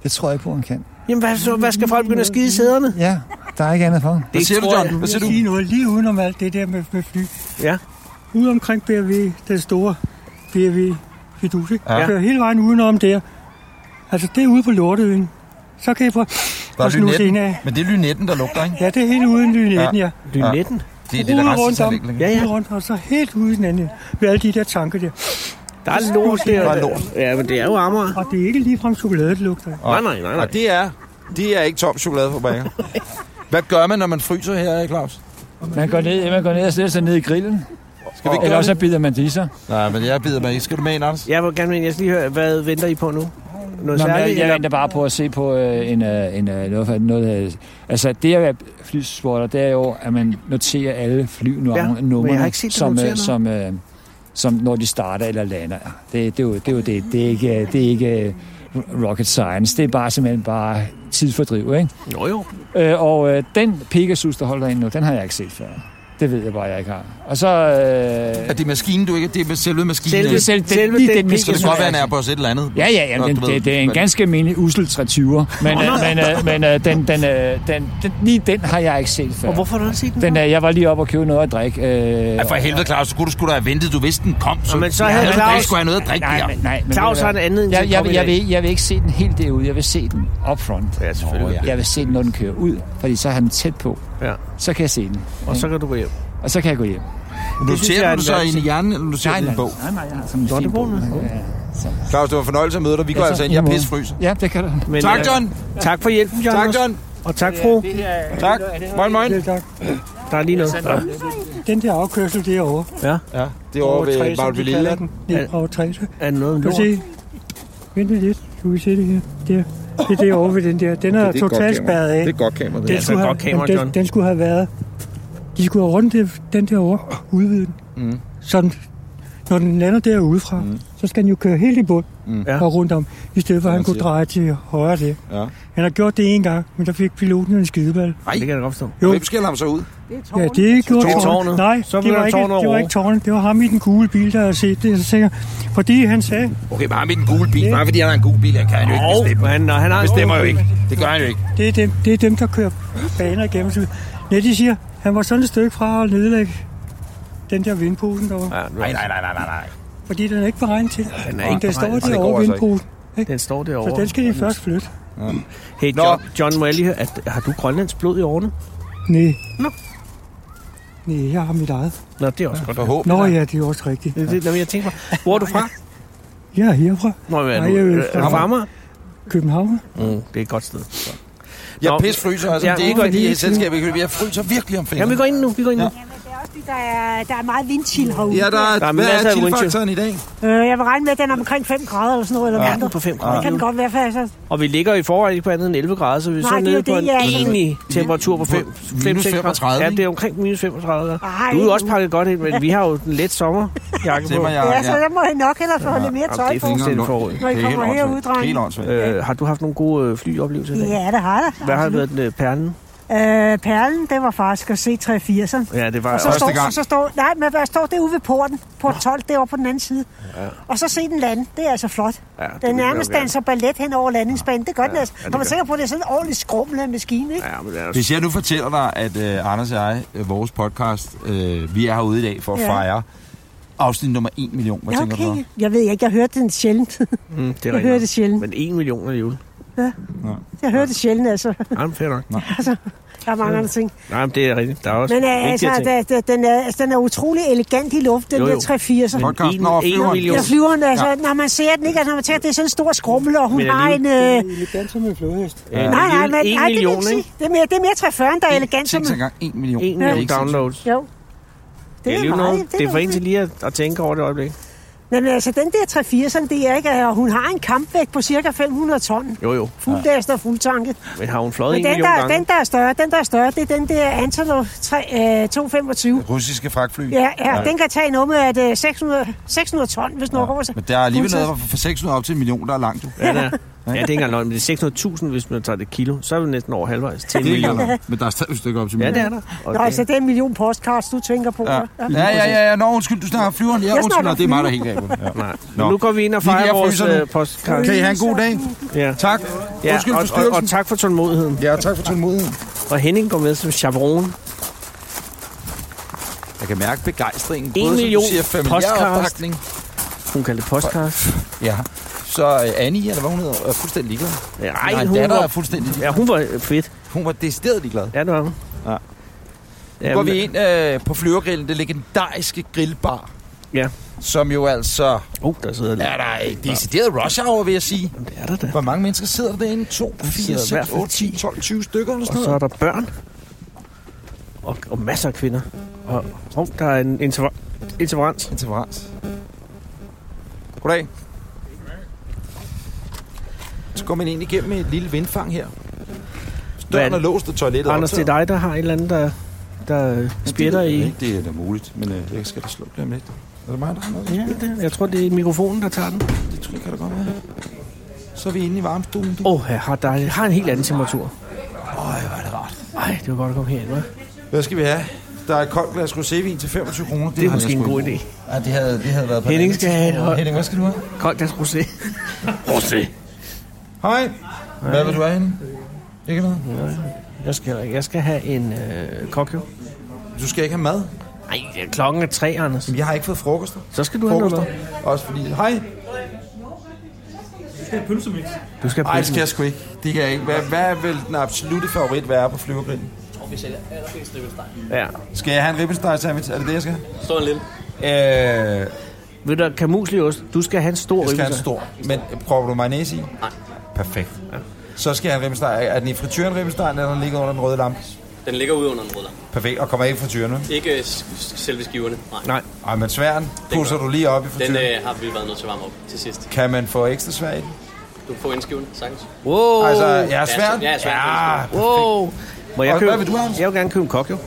Det tror jeg ikke på, han kan. Jamen, hvad, så, hvad skal folk begynde at skide i sæderne? Ja, der er ikke andet for. Hvad siger du, tror John? Hvad Jeg siger vil du? sige noget lige udenom alt det der med, med fly. Ja. Ude omkring BRV, den store BRV Fiduse. Ja. Ja. Kører hele vejen udenom der. Altså, det er ude på Lorteøen. Så kan I få Der at er snuse ind lynetten, af. men det er lynetten, der lugter, ikke? Ja, det er helt uden lynetten, ja. Du er 19. Det er det, der Ude resten rundt sig om. ikke længere. Ja, Ja, ja. ja. rundt, og så helt ude i den anden. ende. Med alle de der tanker der. Der er lort der. Der er lort. Ja, men det er jo Amager. Og det er ikke ligefrem chokolade, det lugter. af. Nej, nej, nej, nej. Og det er, det er ikke tom chokolade på bager. Hvad gør man, når man fryser her, Claus? Man går ned, man går ned og sætter sig ned i grillen. Skal vi ikke Eller gøre også det? så bider man det i sig. Nej, men jeg bider mig ikke. Skal du med ind, Anders? Jeg vil gerne men jeg skal lige høre, hvad venter I på nu? Nå, Noget men jeg, særligt? jeg eller- venter bare på at se på øh, en, øh, en øh, noget, for- noget øh, altså det at være flyspotter, det er jo, at man noterer alle flynumrene, Ja, ja, men numrene, jeg har ikke set dig som, notere øh, som, øh, som når de starter eller lander. Det, det, er, jo, det er jo det. Det er ikke, øh, det er ikke øh, rocket science. Det er bare simpelthen bare tidsfordriv, ikke? Nå jo. Øh, og øh, den Pegasus, der holder ind nu, den har jeg ikke set før. Det ved jeg bare, jeg ikke har. Og så... Øh, Er det maskinen, du ikke... Det er selve maskinen. Selve- det er ikke? selv, den, selve lige den den, den, Så det kan godt være, en Airbus et eller andet. Ja, ja, ja Nå, men du det, ved, det, er en men- ganske almindelig usel 320'er. Men, øh, men, øh, men øh, den, den, øh, den, den, lige den har jeg ikke set før. Og hvorfor har du ikke set den? Den, før? øh, jeg var lige oppe og købe noget at drikke. Øh, Ja, for helvede, Claus, så kunne du skulle da have ventet. Du vidste, den kom. Så, Nå, men så Ja, havde men Claus- Jeg skulle have noget at drikke nej, der. men, nej, men, Claus ved du har en hvad? anden end til jeg, at jeg, komme i jeg, dag. vil, ikke- jeg vil ikke se den helt derude. Jeg vil se den up front. Ja, selvfølgelig. Nå, ja. Jeg vil se den, når den kører ud. Fordi så har den tæt på. Ja. Så kan jeg se den. Og så kan du gå hjem. Og så kan jeg gå hjem. Det synes jeg er Noterer du en så værelse. ind i hjernen, eller noterer du i en bog? nej, nej, jeg har sådan en Nå, det fin bruger bog. den. Ja, ja. Så- Claus, det var en fornøjelse at møde dig. Vi går Ja, så altså ind. i Jeg morgen. pissfryser. Ja, det kan du. Men, Tak, øh, John. Tak for hjælpen, John. Tak, også. John. Og tak, fru. Tak. Moin, moin. Selv tak. Der er lige noget. Ja. Den der afkørsel derovre. Ja, det er over ved Magle Lilla. Ja, over 60. Er der noget om Du kan lort? se. Vent lige lidt. Du kan se det her. Der. Det er derovre ved den der. Den er totalt spærret af. Det er godt kamera, det Den altså er. et skulle, have, godt kamera, jamen, John. den, den skulle have været... De skulle have rundt det, den der over udvide den. Mm. Sådan, når den lander derudefra, mm. så skal den jo køre helt i bund Mm. mm. Ja. og rundt om, i stedet for Som at han man kunne siger. dreje til højre der. Ja. Han har gjort det en gang, men der fik piloten en skideball. Det kan jeg da godt forstå. Jo, Hvem skælder ham så ud? ja, det gjorde tårnet. tårnet. Nej, Så det blev var, der ikke, tårnet det var over. ikke tårnet. Det var ham i den gule bil, der havde set det. Så sikkert. Fordi han sagde, Okay, bare med den gule bil. Bare fordi han har en gul bil, han kan han jo ikke bestemme. Åh, han, han har... Han bestemmer jo ikke. Det gør han jo ikke. det er dem, det er dem der kører baner igennem. Så- Nej, de siger, han var sådan et stykke fra at nedlægge den der vindposen, der var. Ja, Nej, nej, nej, nej, nej, nej. Fordi den er ikke beregnet til. Den er Den, ikke den står beregnet til. til går over altså vindposen. den står Så derovre. den skal de først flytte. Hey, Nå. John, John, må jeg lige høre, at, har du Grønlands blod i årene? Nej. Nå. Nej, jeg har mit eget. Nå, det er også godt. Forhåbentlig. Nå ja, det er også rigtigt. Det, det, når jeg tænker mig, hvor er du fra? Jeg er herfra. Nå, men, er, Nej, du, jeg er er, fra er du fra Amager? København. Mm, det er et godt sted. Så. Jeg Nå. pissfryser, altså. Ja, Det er vi ikke går fordi, lige at selskabet ikke Jeg fryser virkelig om Ja, vi fingrene. går ind nu, vi går ind nu. Jamen, det er også fordi, der er, der er meget vindchill herude. Ja, der Der er, er hvad masser er af windchill. chillfaktoren i dag? Øh, jeg vil regne med, at den er omkring 5 grader eller sådan noget. Eller Ja, ja. den er på 5 Det kan grader. den godt være, faktisk. Og vi ligger i forvejen ikke på andet end 11 grader, så vi er Nej, så det er nede jo på det, en jeg er- egentlig temperatur på 5, Minus 5 35, Ja, ikke? det er omkring minus 35 grader. Ej. Du er jo også pakket godt ind, men vi har jo en let sommerjakke Det på. var jeg. Ja, så der må jeg nok hellere få lidt mere Jamen, tøj det er på. fint. Fuldstændig Fingeren lå- forud. Det er helt kommer herud, åndssvagt. drenge. Helt åndssvagt. Øh, har du haft nogle gode øh, flyoplevelser i dag? Ja, det har jeg da. Hvad har været den øh, perlen? Øh, perlen, det var faktisk at se 380'eren. Ja, det var Og så også- står, gang. så står, nej, men hvad står det ude ved porten? Port 12, det var på den anden side. Og så se den lande, det er altså flot. Ja, det den vil jeg nærmest gerne. danser ballet hen over landingsbanen, det gør den altså. ja, det Når gør man tænker på, at det er sådan en ordentlig skrummel af en maskine, ikke? Ja, men det er også... Hvis jeg nu fortæller dig, at øh, Anders og jeg, øh, vores podcast, øh, vi er herude i dag for at Ja. fejre afsnit nummer 1 million. Hvad Ja, tænker du okay. Jeg ved ikke, jeg hørte den sjældent. Mm, det er Jeg rigtigt. hører det sjældent. Men 1 million alligevel. jeg hørte det sjældent, altså. Jamen, fair nok. Der er mange andre ting. Nej, men det er rigtigt. Der er også Men øh, vigtige altså, ting. da, da, den, er, altså, den er utrolig elegant i luft, den Jo, jo, jo. jo. der 380. Godt. Podcast. En- Nå, en flyveren. million. Ja, flyveren, altså, Ja. ja. når man ser den, ikke? Altså, når man tænker, det er sådan en stor skrummel, og hun Men har en... Det er Øh, elegant som en flodhest. Ja. nej, nej, men, en nej, det vil million, jeg ikke ikke? sige. Det er mere, det er mere 43, der er elegant. du? Som, 6 gange 1 million. 1 Det er million ikke sindssygt. downloads. jo, Det er alligevel meget- noget. Det er for en til lige at, at tænke over det øjeblik. Men altså, den der 380'eren, det er ikke... Og hun har en kampvægt på cirka 500 ton. Jo, jo. Fulddæst og fuldtanket. Men har hun fløjet Men 1 den million der, gange? den, der er større, den der er større, det er den der Antonov 3, øh, 225. Russiske fragtfly. Ja, ja, ja, den kan tage noget med at, øh, 600, 600 ton, hvis den ja. overgår sig. Men der er alligevel Fuldtids. noget fra 600 op til en million, der er langt. Du. Det Ja, det er. Ja, det er ikke engang løgn, men det er 600.000, hvis man tager det kilo. Så er vi næsten over halvvejs til en er ikke million. engang langt. Men der er stadig et stykke op til en Ja, det million. er der. Og Nå, altså, det er en million postcards, du tænker på. Ja. Ja. Ja, ja, ja, ja. Nå, undskyld, du snakker om flyveren. Ja, Jeg undskyld, snakker nå, det er mig, der er helt galt. Ja. Nej. Nå. Nu går vi ind og Lige det, fejrer jeg vores fryser nu. øh, postkast. Kan I have en god dag? Ja. Tak. Ja, Undskyld og, og, og forstyrrelsen. tak for tålmodigheden. Ja, tak for tålmodigheden. Og Henning går med som chaperone. Jeg kan mærke begejstringen. En Både, som million du siger, familiær podcast. opbakning. Hun kalder det postkast. Ja. Så øh, Annie, eller hvad hun hedder, er fuldstændig ligeglad. Nej, Nej, hun datter er var, fuldstændig ligeglad. ja, hun var øh, fedt. Hun var decideret ligeglad. Ja, det var hun. Ja. Ja, Nu går vi ind øh, på flyvergrillen, det legendariske grillbar. Ja. Som jo altså Oh, der sidder lidt. er der et decideret rush hour, vil jeg sige. Jamen, det er der da. Hvor mange mennesker sidder der derinde? 2, 4, sidder i hvert 6, fald 8, 10, 12, 20 stykker eller Og sådan så er noget. der børn. og, og masser af kvinder. Og oh, der er en interver- interferens. Interferens. Goddag. Så går man ind igennem et lille vindfang her. Døren Hvad? er låst, og toilettet Anders, det er dig, der har en eller anden, der, der øh, spjætter i... Det, det er da muligt, men øh, jeg skal da slå dem lidt. Er det mig, der har noget? Ja, det, jeg tror, det er mikrofonen, der tager den. Det tror jeg, kan da godt være. Så er vi inde i varmestuen. Du. Åh, oh, har, der har en helt anden temperatur. Øj, hvor er det rart. Ej, det var godt at komme herind, hva'? Hvad skal vi have? Der er et koldt glas rosévin til 25 kroner. Det er måske en god idé. Ja, det havde, det havde været på Henning skal have et hold. Henning, hvad skal du have? Koldt glas rosé. Hej. Hvad vil du have, Henning? Ikke noget? Jeg skal, heller ikke- jeg skal have en øh, cocktail. Du skal ikke have mad. Ej, det er klokken er tre, Anders. Jamen, Jeg har ikke fået frokoster. Så skal du have noget Frokoster. mad. Også fordi, hej. Du skal Nej, have det skal pølse. jeg sgu ikke. Det kan jeg ikke. Hvad, hvad vil den absolutte favorit være på flyvergrillen? Ja. Skal jeg have en ribbensteg sandwich? Er det det, jeg skal have? Stor en lille. Øh, Ved du, kamusli ost, du skal have en stor jeg skal have en ribbensteg. stor. Men prøver du mayonnaise i? Nej. Perfekt. Så skal jeg have en ribbensteg. Er den i frityren ribbensteg, eller er den ligger under den røde lampe? Den ligger ude under en rød lampe. Perfekt. Og kommer ikke i frityren, vel? Ikke øh, s- s- selve skiverne. Nej. Nej, Ej, men sværen pusser du lige op i Den frityren. øh, har vi været nødt til at varme op til sidst. Kan man få ekstra svær i den? Du får indskivende, sagtens. Wow. Altså, ja, sværen? ja, sværen. Ja, wow. Må jeg Og købe? hvad vil du, Anders? Jeg vil gerne købe en cocktail.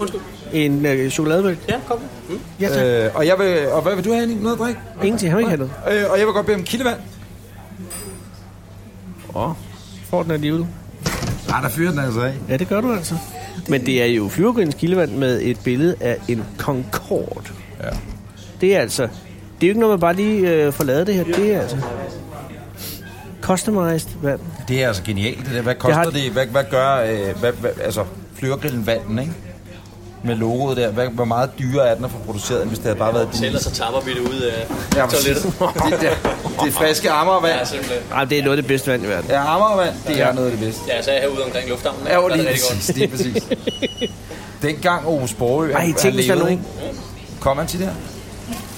Undskyld. En øh, chokolademælk. Ja, kom. Mm. Ja, tak. Øh, og, jeg vil, og hvad vil du have, Henning? Noget at drikke? Øh, Ingenting, han vil ikke have noget. Øh, og jeg vil godt bede om kildevand. Åh, får den alligevel. Nej, der fyrer den altså af. Ja, det gør du altså. Men det er jo flyvergrindens kildevand med et billede af en Concorde. Ja. Det er altså... Det er jo ikke noget, man bare lige øh, får lavet det her. Det er altså... Customized vand. Det er altså genialt, det der. Hvad koster har- det? Hvad, hvad gør, øh, hvad, hvad, altså, flyvergrillen vanden, ikke? Med logoet der. Hvad, hvor meget dyrere er den at få produceret, end hvis det havde bare været Til din? ellers så tapper vi det ud af Ja, ja, præcis. toilettet. *laughs* det, der, det friske ammervand. Ja, simpelthen. Ej, det er noget af det bedste vand i verden. Ja, ammervand, det er noget af det bedste. Ja, så er jeg herude omkring lufthavnen. Ja, jo, Der er lige det rigtig godt. præcis, lige præcis. *laughs* Dengang Ove Sporø, Ej, han, han tænk, hvis der er levede, nogen- ikke? Kom han til det her?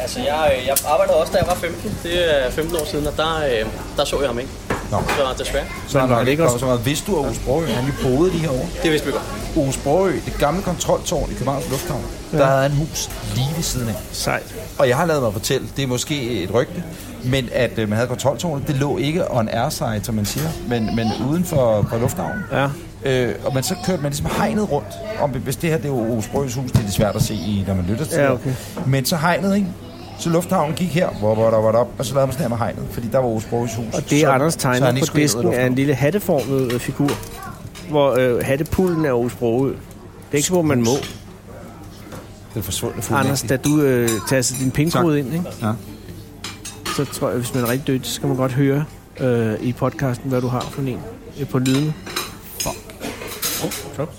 Altså, jeg, øh, jeg arbejdede også, da jeg var 15. Det er 15 år siden, og der, øh, der så jeg ham ikke. Nå. Så desværre. Så han var nok det ikke ikke kommet så meget. Vidste du, at Ove Sporø, han lige boede lige herovre? Det vidste vi godt. Ove Sprogø, det gamle kontroltårn i Københavns Lufthavn, ja. der havde han hus lige ved siden af. Sejt. Og jeg har lavet mig fortælle, det er måske et rygte, men at øh, man havde kontroltårnet, det lå ikke on air side, som man siger, men, men uden for, for lufthavnen. Ja. Øh, og man så kørte man ligesom hegnet rundt. Om, hvis det her det er jo Ove Sprogøs hus, det er det svært at se, i, når man lytter til Ja, det. okay. Men så hegnet, ikke? Så lufthavnen gik her, hvor, hvor der var op, og så lavede man sådan her med hegnet, fordi der var Ove Sprogøs hus. Og det så, er Anders så han tegner ikke på skulle ind og disken ud af en lufthavnen. lille hatteformet øh, figur, hvor øh, hattepullen er Aarhus Sprogø. Det er ikke så, hvor man må. Det er forsvundet Anders, da fuldstændig. du øh, tager din pindkode Tak. ind, ikke? Ja. så tror jeg, hvis man er rigtig død, så skal man godt høre øh, i podcasten, hvad du har for en øh, på lyden. Fuck. Oh, fuck,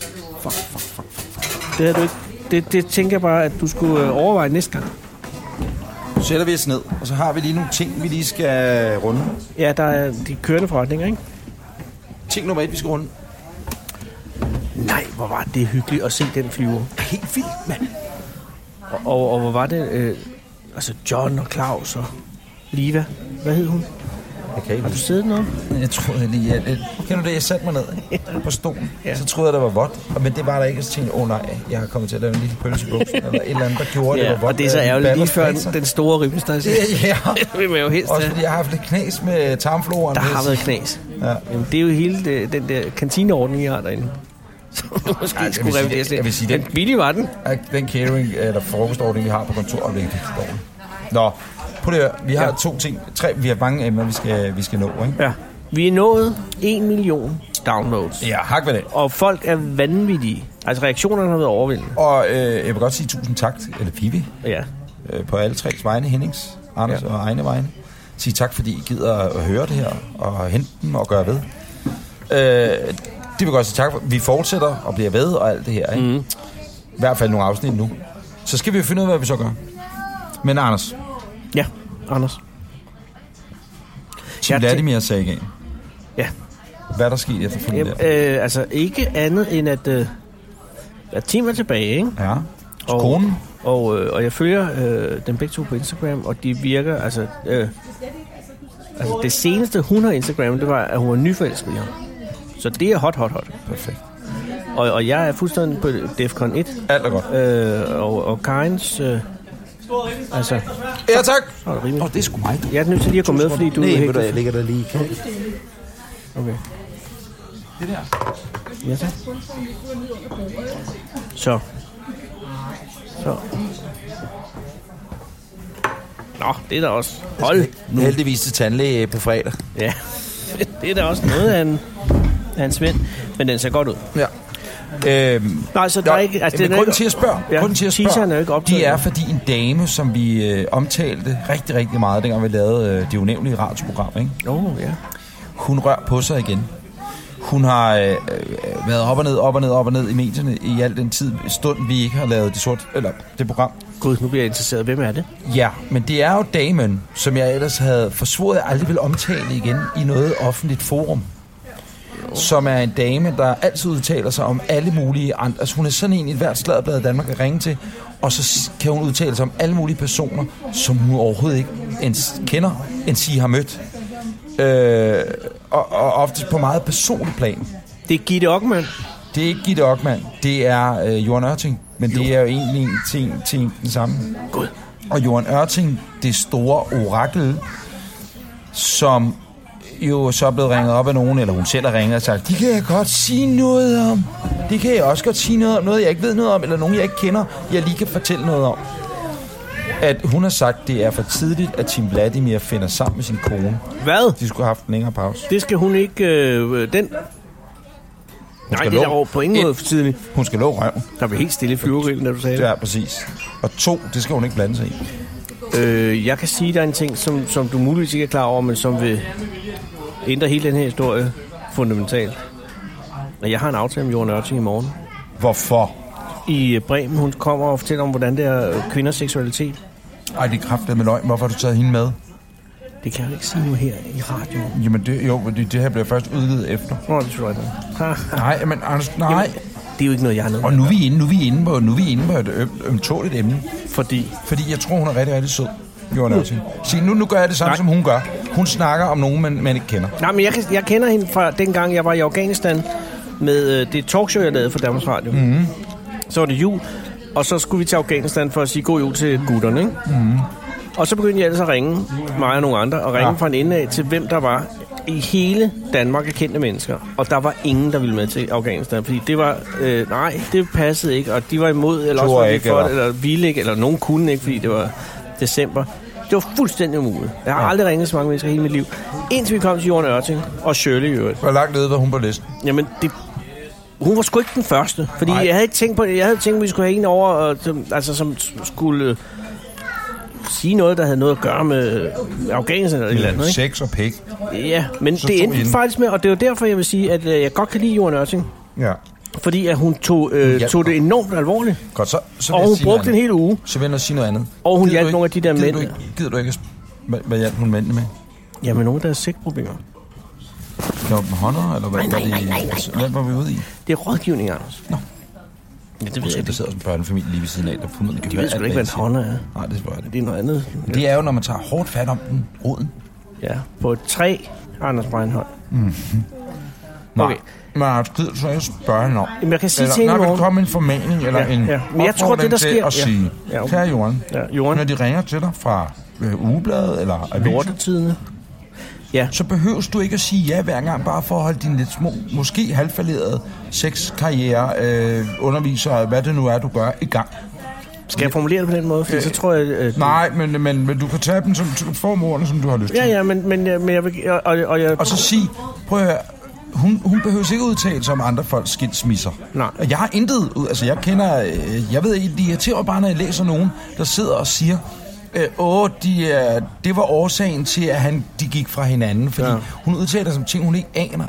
fuck, fuck, fuck. Det, havde du ikke. Det, det tænker jeg bare, at du skulle øh, overveje næste gang. Nu sætter vi os ned, og så har vi lige nogle ting, vi lige skal runde. Ja, der er de kørende forretninger, ikke? Ting nummer et, vi skal runde. Nej, hvor var det hyggeligt at se den flyve. Helt vildt, mand. Og, og, og hvor var det... Øh, altså John og Claus og Liva. Hvad hed hun? Okay, Har du siddet noget? jeg troede lige, jeg, jeg, kan du det, jeg satte mig ned på stolen, ja. så troede jeg, der var vådt, Og- men det var der ikke, og så tænkte jeg, åh oh, nej, jeg har kommet til at lave en lille *laughs* pølsebukse, eller et eller andet, der gjorde, at det var vådt. og det er så ærgerligt lige før den, Det, den store ribbestad. ja, *laughs* Det vil man jo helst også have. fordi jeg har haft lidt knas med tarmfloren. Der vil jeg har sige. været knas. Ja. Jamen, det er jo hele det, den der kantineordning, I har derinde. Så *laughs* måske jeg ja, vil skulle sige, revideres jeg vil lidt. sige, den- Men billig var den. At Den catering, eller frokostordning, vi har på kontoret, det er virkelig dårlig. Nå, prøv lige at høre. vi har Ja. to ting, tre, vi har mange emner, vi skal, vi skal nå, ikke? Ja. Vi er nået 1 million downloads. Ja, hak ved det. Og folk er vanvittige. Altså, reaktionerne har været overvældende. Og øh, jeg vil godt sige tusind tak, til- eller Vivi, Ja. øh, på alle tre vegne, Hennings, Anders ja. Ja. og egne vegne. Sige tak, fordi I gider at høre det her, og hente dem og gøre ved. Øh, det vil jeg godt sige tak for. Vi fortsætter og bliver ved og alt det her, ikke? Mm. Mhm. I hvert fald nogle afsnit nu. Så skal vi jo finde ud af, hvad vi så gør. Men Anders, Ja, Anders. Tim Jeg tæ- Vladimir sagde igen, Ja. hvad der skete efter filmen Jamen, der. øh, altså, ikke andet end at... Øh, at Tim er tilbage, ikke? Ja, og øh, og- konen. Og, øh, og jeg følger øh, dem begge to på Instagram, og de virker, altså... Øh, altså, det seneste, hun har Instagram, det var, at hun var nyforelsket i ham. Så det er hot, hot, hot. Perfekt. Og, og jeg er fuldstændig på DEFCON 1. Alt er godt. Øh, og, og Karins... Øh, altså, Ja, tak. så er det rimeligt. Nå, det er sgu mig. Jeg er nødt til lige at gå med, fordi du Nej, er ved helt... du, jeg ligger der lige. Kan Okay. Det der? Ja, tak. Så. Så. Nå, det er da også... Hold Nu. Heldigvis til tandlæge på fredag. Ja, *laughs* det er da også noget af en, af en svend. Men den ser godt ud. Ja. Øhm, Nej, så der Nå, er ikke... Altså, men den er grunden ikke til at spørge, Ja, ja, grunden til at teaseren spørge er jo ikke optaget de er nu. fordi en dame, som vi øh, omtalte rigtig, rigtig meget, dengang vi lavede øh, det unævnlige radioprogram, ikke? Nå, ja. hun rør på sig igen. Hun har øh, øh, været op og ned, op og ned, op og ned i medierne i al den tid, stund vi ikke har lavet det, sort, eller det program. Gud, nu bliver jeg interesseret. Hvem er det? Ja, men det er jo damen, som jeg ellers havde forsvoret, at jeg aldrig ville omtale igen i noget offentligt forum. Som er en dame, der altid udtaler sig om alle mulige andre. Altså, hun er sådan en i hvert sladderblad i Danmark at ringe til, og så s- kan hun udtale sig om alle mulige personer, som hun overhovedet ikke ens kender, end sige har mødt. Øh, og, og oftest på meget personlig plan. Det er Gitte Ockmann. Det er ikke Gitte Ockmann, det er øh, Johan Ørting. Men det er jo egentlig en ting, ting den samme. Gud. Og Johan Ørting, det store orakel, som jo så er blevet ringet op af nogen, eller hun selv har ringet og sagt, det kan jeg godt sige noget om. Det kan jeg også godt sige noget om. Noget, jeg ikke ved noget om, eller nogen, jeg ikke kender, jeg lige kan fortælle noget om. At hun har sagt, det er for tidligt, at Tim Vladimir finder sammen med sin kone. Hvad? De skulle have haft en længere pause. Det skal hun ikke... Øh, den... Nej, skal det er love. der på ingen måde Et. for tidligt. Hun skal lå røven. Der blev helt stille i flyvergrillen, da du sagde det. Ja, præcis. Og to, det skal hun ikke blande sig i. Øh, jeg kan sige, der er en ting, som, som du muligvis ikke er klar over, men som vil ændre hele den her historie fundamentalt. Og Jeg har en aftale med Jorden Ørting i morgen. Hvorfor? I øh, Bremen, hun kommer og fortæller om, hvordan det er øh, kvinders seksualitet. Ej, det er kraftigt med løgn. Hvorfor har du taget hende med? Det kan jeg ikke sige nu her i radioen. Jamen, det, jo, det, det her bliver først udgivet efter. Nå, det tror jeg da. Ha, Nej, men Anders, nej. Det er jo ikke noget, jeg har Og noget. nu er vi inde, nu er vi inde på, nu er vi inde på et øm, ømtåligt emne. Fordi Fordi jeg tror, hun er rigtig, rigtig sød. Johan Ørting. Se, nu, nu gør jeg det samme, Nej. nej. som hun gør. Hun snakker om nogen, man, man ikke kender. Nej, men jeg, kan- jeg kender hende fra dengang, jeg var i Afghanistan med øh, det talkshow, jeg lavede for Danmarks Radio. Mm. Mm-hmm. Så var det jul, og så skulle vi til Afghanistan for at sige god jul til gutterne, ikke? Mm-hmm. Og så begyndte jeg altså at ringe, mig og nogle andre, og ringe ja. Mhm. Ja. fra en ende af til, hvem der var i hele Danmark af kendte mennesker. Og der var ingen, der ville med til Afghanistan, fordi det var, øh, nej, det passede ikke, og de var imod, eller også Turde var de ikke, ikke for det, eller- eller ville ikke, eller nogen kunne ikke, fordi det var december. Det var fuldstændig umuligt. Jeg har aldrig ringet så mange mennesker i hele mit liv. Indtil vi kom til Jorden Ørting og Shirley i øvrigt. Hvor langt nede var hun på listen? Jamen, det, hun var sgu ikke den første. Fordi Nej. jeg havde ikke tænkt på det. Jeg havde tænkt, at vi skulle have en over, og, som- altså, som s- skulle øh, sige noget, der havde noget at gøre med øh, Afghanistan eller et eller andet. Ikke? Sex og pik. Ja, men Så det tog endte hende. faktisk med, og det er jo derfor, jeg vil sige, at øh, jeg godt kan lide Jorden Ørting. Ja. Fordi at hun tog, øh, hjalp tog det enormt alvorligt, Godt, så, så vil og jeg hun sige noget brugte en andet. hel uge. Så vil jeg nå sige noget andet. Og hun Gider du hjalp ikke- nogle af de der gider du mænd. ikke- Gider du ikke at... sp- Hvad, hvad hjalp hun mændene med? Jamen, nogle af deres sexproblemer. Gjorde dem hånder, eller hvad, nej, nej, nej, nej, nej. hvad var vi ude i? Det er rådgivning, Anders. Nå. Ja, det ved jeg Så ikke. der sidder også en børnefamilie lige ved siden af, der formodentlig kan De ved høre sgu alt, ikke, hvad en jeg hånd er. siger. Nej, det tror jeg det. Det er noget andet. Det er jo, når man tager hårdt fat om den, roden. Ja, på et træ, Anders Breinholt. Okay. Men Anders, gider du så ikke spørge hende om? Jamen, jeg kan sige eller, til hende i når der morgen- komme en formaning eller Ja, en ja. Men jeg tror, opfordring det, der til sker- at ja. sige, Ja, okay. kære Johan, Ja, Johan. når de ringer til dig fra øh, ugebladet eller aviser, Lortetidene. så behøves du ikke at sige ja hver gang, bare for at holde din lidt små, måske halvfalderede sexkarriere, øh, underviser, hvad det nu er, du gør, i gang. Skal jeg formulere det på den måde? Fordi så tror jeg... Øh, Nej, men, men, men du kan tage dem som, som formordene, som du har lyst til. Ja, ja, men, men, jeg- men jeg vil... Og, og, og jeg, og så sige, prøv at høre, hun, hun behøver ikke udtale sig om andre folks skilsmisser. Nej. Og Jeg har intet ud, altså jeg kender, øh, jeg ved ikke, de irriterer mig bare, når jeg læser nogen, der sidder og siger, øh, åh, de, øh, det var årsagen til, at han, de gik fra hinanden, fordi Ja. ja. hun udtaler sig om ting, hun ikke aner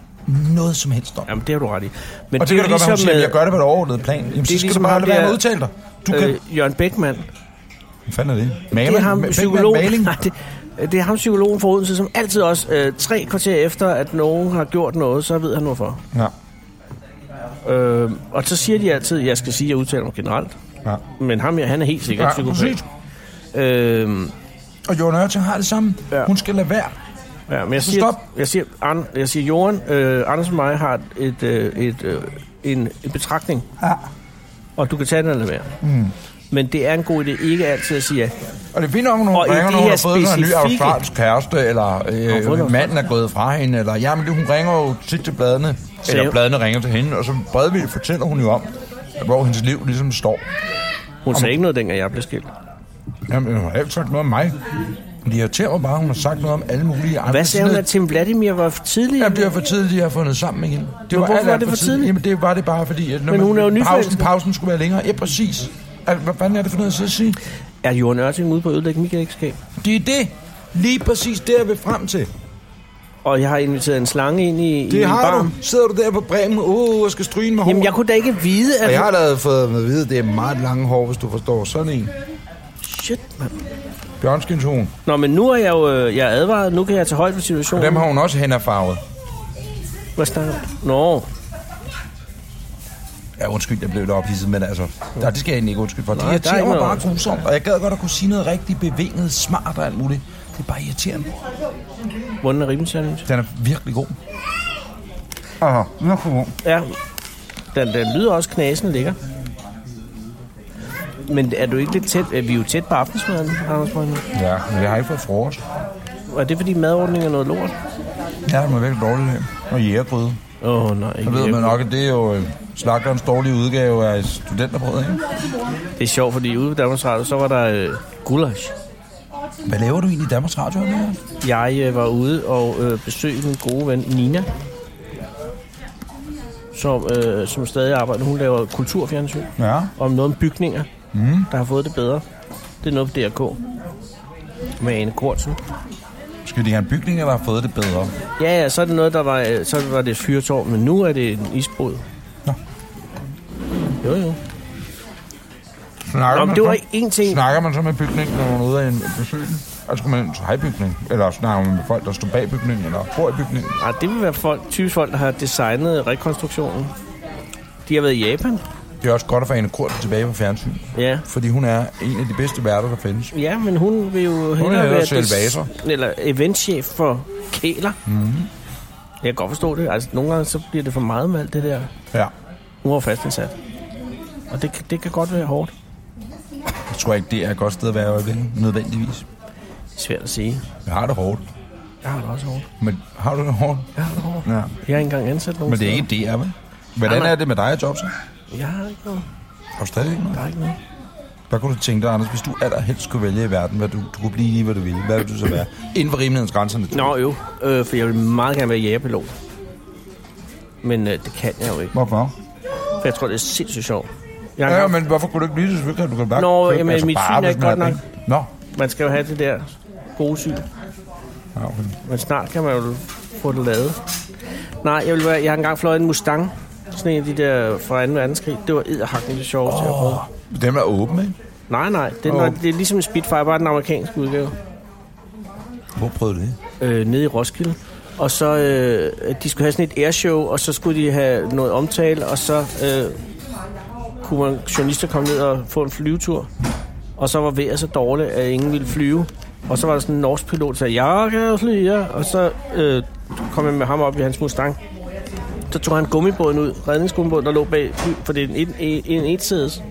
noget som helst om. Jamen, det har du ret i. Men og det, det kan er da jo ligesom, øh, godt være, hun siger, med, at jeg gør det på et overordnet plan. Jamen, så skal ligesom ligesom du bare ham lade være med der- at udtale dig. Du øh, kan... Øh, Jørgen Bækman. Hvad fanden er det? Maler, Det er ham, Ma- psykologen. Maling? Nej, det, øh, det er ham, psykologen fra Odense, som altid også øh, tre kvarter efter, at nogen har gjort noget, så ved han hvorfor. Ja, Øh, og så siger de altid, jeg skal sige, at jeg udtaler mig generelt. ja. Men ham her, han er helt sikkert Ja, psykopat. præcis. Øh, Og Johan Ørting har det samme. Ja. Ja. Hun skal lade være. Ja, men jeg Så siger, stop. Jeg siger, An, jeg siger Jorden, øh, Anders og mig har et, øh, et, øh, en, en betragtning. Ja. Og du kan tage den eller være. Mm. Men det er en god idé ikke altid at sige ja. Og det er fint nok, når hun Og i ringer, de når hun her har fået en ny specifikke- australsk kæreste, eller Har hun fået øh, noget manden er gået fra hende, eller jamen, det- hun ringer jo tit til bladene, eller jeg- bladene ringer til hende, og så bredvildt fortæller hun jo om, hvor hendes liv ligesom står. Hun sagde ikke noget, dengang jeg blev skilt. Jamen, hun har altid sagt noget om mig. Det irriterer mig bare, hun har sagt noget om alle mulige andre. Hvad sagde Sådan hun, noget- at Tim Vladimir var for tidlig? Jamen, det var for tidligt, at jeg har fundet sammen med hende. Det hvorfor alt, var alt det for tidligt? Jamen, det var det bare, fordi... At når Men man- hun er jo pausen, nyforelsket. pausen skulle være længere. Ja, præcis. Altså, hvad fanden er det for noget at sidde og sige? Er Jorden Ørting ude på at ødelægge mit ægteskab? Det er det. Lige præcis det, jeg vil frem til. Og jeg har inviteret en slange ind i, i Det min har du. barm. Sidder du der på bremen, åh, jeg skal stryge med hår. Jamen, jeg kunne da ikke vide, at... Og jeg har da fået at vide, at det er meget lange hår, hvis du forstår sådan en. Shit, mand. Bjørnskinshorn. Nå, men nu er jeg jo øh, jeg er advaret. Nu kan jeg tage højde for Og situationen. dem har hun også hænderfarvet. Hvad snakker du? Nå, Ja, undskyld, jeg blev lidt ophidset, men altså, der, det skal jeg egentlig ikke undskylde for. Det Nej, der er irriterer ikke mig bare noget. grusomt, og jeg gad godt at kunne sige noget rigtig bevinget, smart og alt muligt. Det er bare irriterende. hvordan er ribben challenge? Den er virkelig god. Aha, den er god. Ja, den, den lyder også knasen lækker. Men er du ikke lidt tæt? Er vi er jo tæt på aftensmaden, Anders Brøndby? Ja, men jeg har ikke fået frokost. Er det fordi madordningen er noget lort? Ja, det må virkelig dårligt af. Og jægerbrød. Åh, oh, nej. Så Ikke ved man jægerbrød. nok, at det er jo øh, slagterens dårlige udgave af studenterbrød, ikke? Det er sjovt, fordi ude på Danmarks Radio, så var der øh, gulasch. Hvad laver du egentlig i Danmarks Radio? Andrea? Jeg øh, var ude og øh, besøgte min gode ven Nina, som, øh, som stadig arbejder. Hun laver kulturfjernsyn Ja. om noget om bygninger, mm. der har fået det bedre. Det er noget på DRK med Ane Kortsen. Skal de have en bygning, eller har fået det bedre? Ja, ja, så er det noget, der var, øh, så var det et fyrtårn, men nu er det en isbrud. Nå. Jo, jo. Snakker Nå, man men det var så- ikke én ting. Snakker man så med bygningen, når man er ude af en besøg? Altså skulle man ind til hejbygning? Eller snakker man med folk, der står bag bygningen, eller bor i bygningen? Nej, Ah, det vil være folk, typisk folk, der har designet rekonstruktionen. De har været i Japan. Det er også godt at få Anne Kort tilbage på fjernsyn. Ja. Fordi hun er en af de bedste værter, der findes. Ja, men hun vil jo er hellere hellere være salvator. des- eller eventchef for Kæler. Mm. Mhm. Jeg kan godt forstå det. Altså, nogle gange så bliver det for meget med alt det der. Ja. Hun var fastansat. Og det, kan- det kan godt være hårdt. Jeg tror ikke, det er et godt sted at være i øjeblikket, nødvendigvis. Det er svært at sige. Jeg har det hårdt. Jeg har det også hårdt. Men har du det hårdt? Jeg har det hårdt. Ja. Jeg er ikke engang ansat nogen Men det er steder. ikke det, er vel? Hvordan Nej, nej. er det med dig, Jobsen? Jeg har ikke noget. Har du stadig ikke noget? Der er ikke noget. Hvad kunne du tænke dig, Anders, hvis du allerhelst skulle vælge i verden, hvad du, du kunne blive lige, hvad du ville? Hvad ville du så være? Inden for rimelighedens grænser. naturligvis. Nå jo, øh, for jeg vil meget gerne være jægerpilot. Men øh, det kan jeg jo ikke, Hvorfor? for jeg tror, det er sindssygt sjovt. Jeg Ja, har, men hvorfor kunne du ikke blive det? Selvfølgelig kan du kan bare Nå, købe- jamen, mit bare syn er arbejde ikke med godt det, nok. ikke? Nå, Man skal jo have det der gode syn. Ja, okay. Men snart kan man jo få det lavet. Nej, jeg, vil være, jeg har engang fløjet en Mustang. Sådan en af de der fra 2. verdenskrig. Det var edderhakken det sjovt. Oh. Dem er åbne, ikke? Nej, nej. Det er, Åh. oh. det er ligesom en Spitfire, bare den amerikanske udgave. Hvor prøvede du det? øh, nede i Roskilde. Og så, øh, de skulle have sådan et airshow, og så skulle de have noget omtale, og så øh, kunne man journalister komme ned og få en flyvetur. Og så var vejret så dårligt, at ingen ville flyve. Og så var der sådan en norsk pilot, der sagde, jeg kan også lide jer. Og så øh, kom jeg med ham op i hans Mustang. Så tog han gummibåden ud, redningsgummibåden, der lå bag, fly- for det er en, en, en, en etsædes.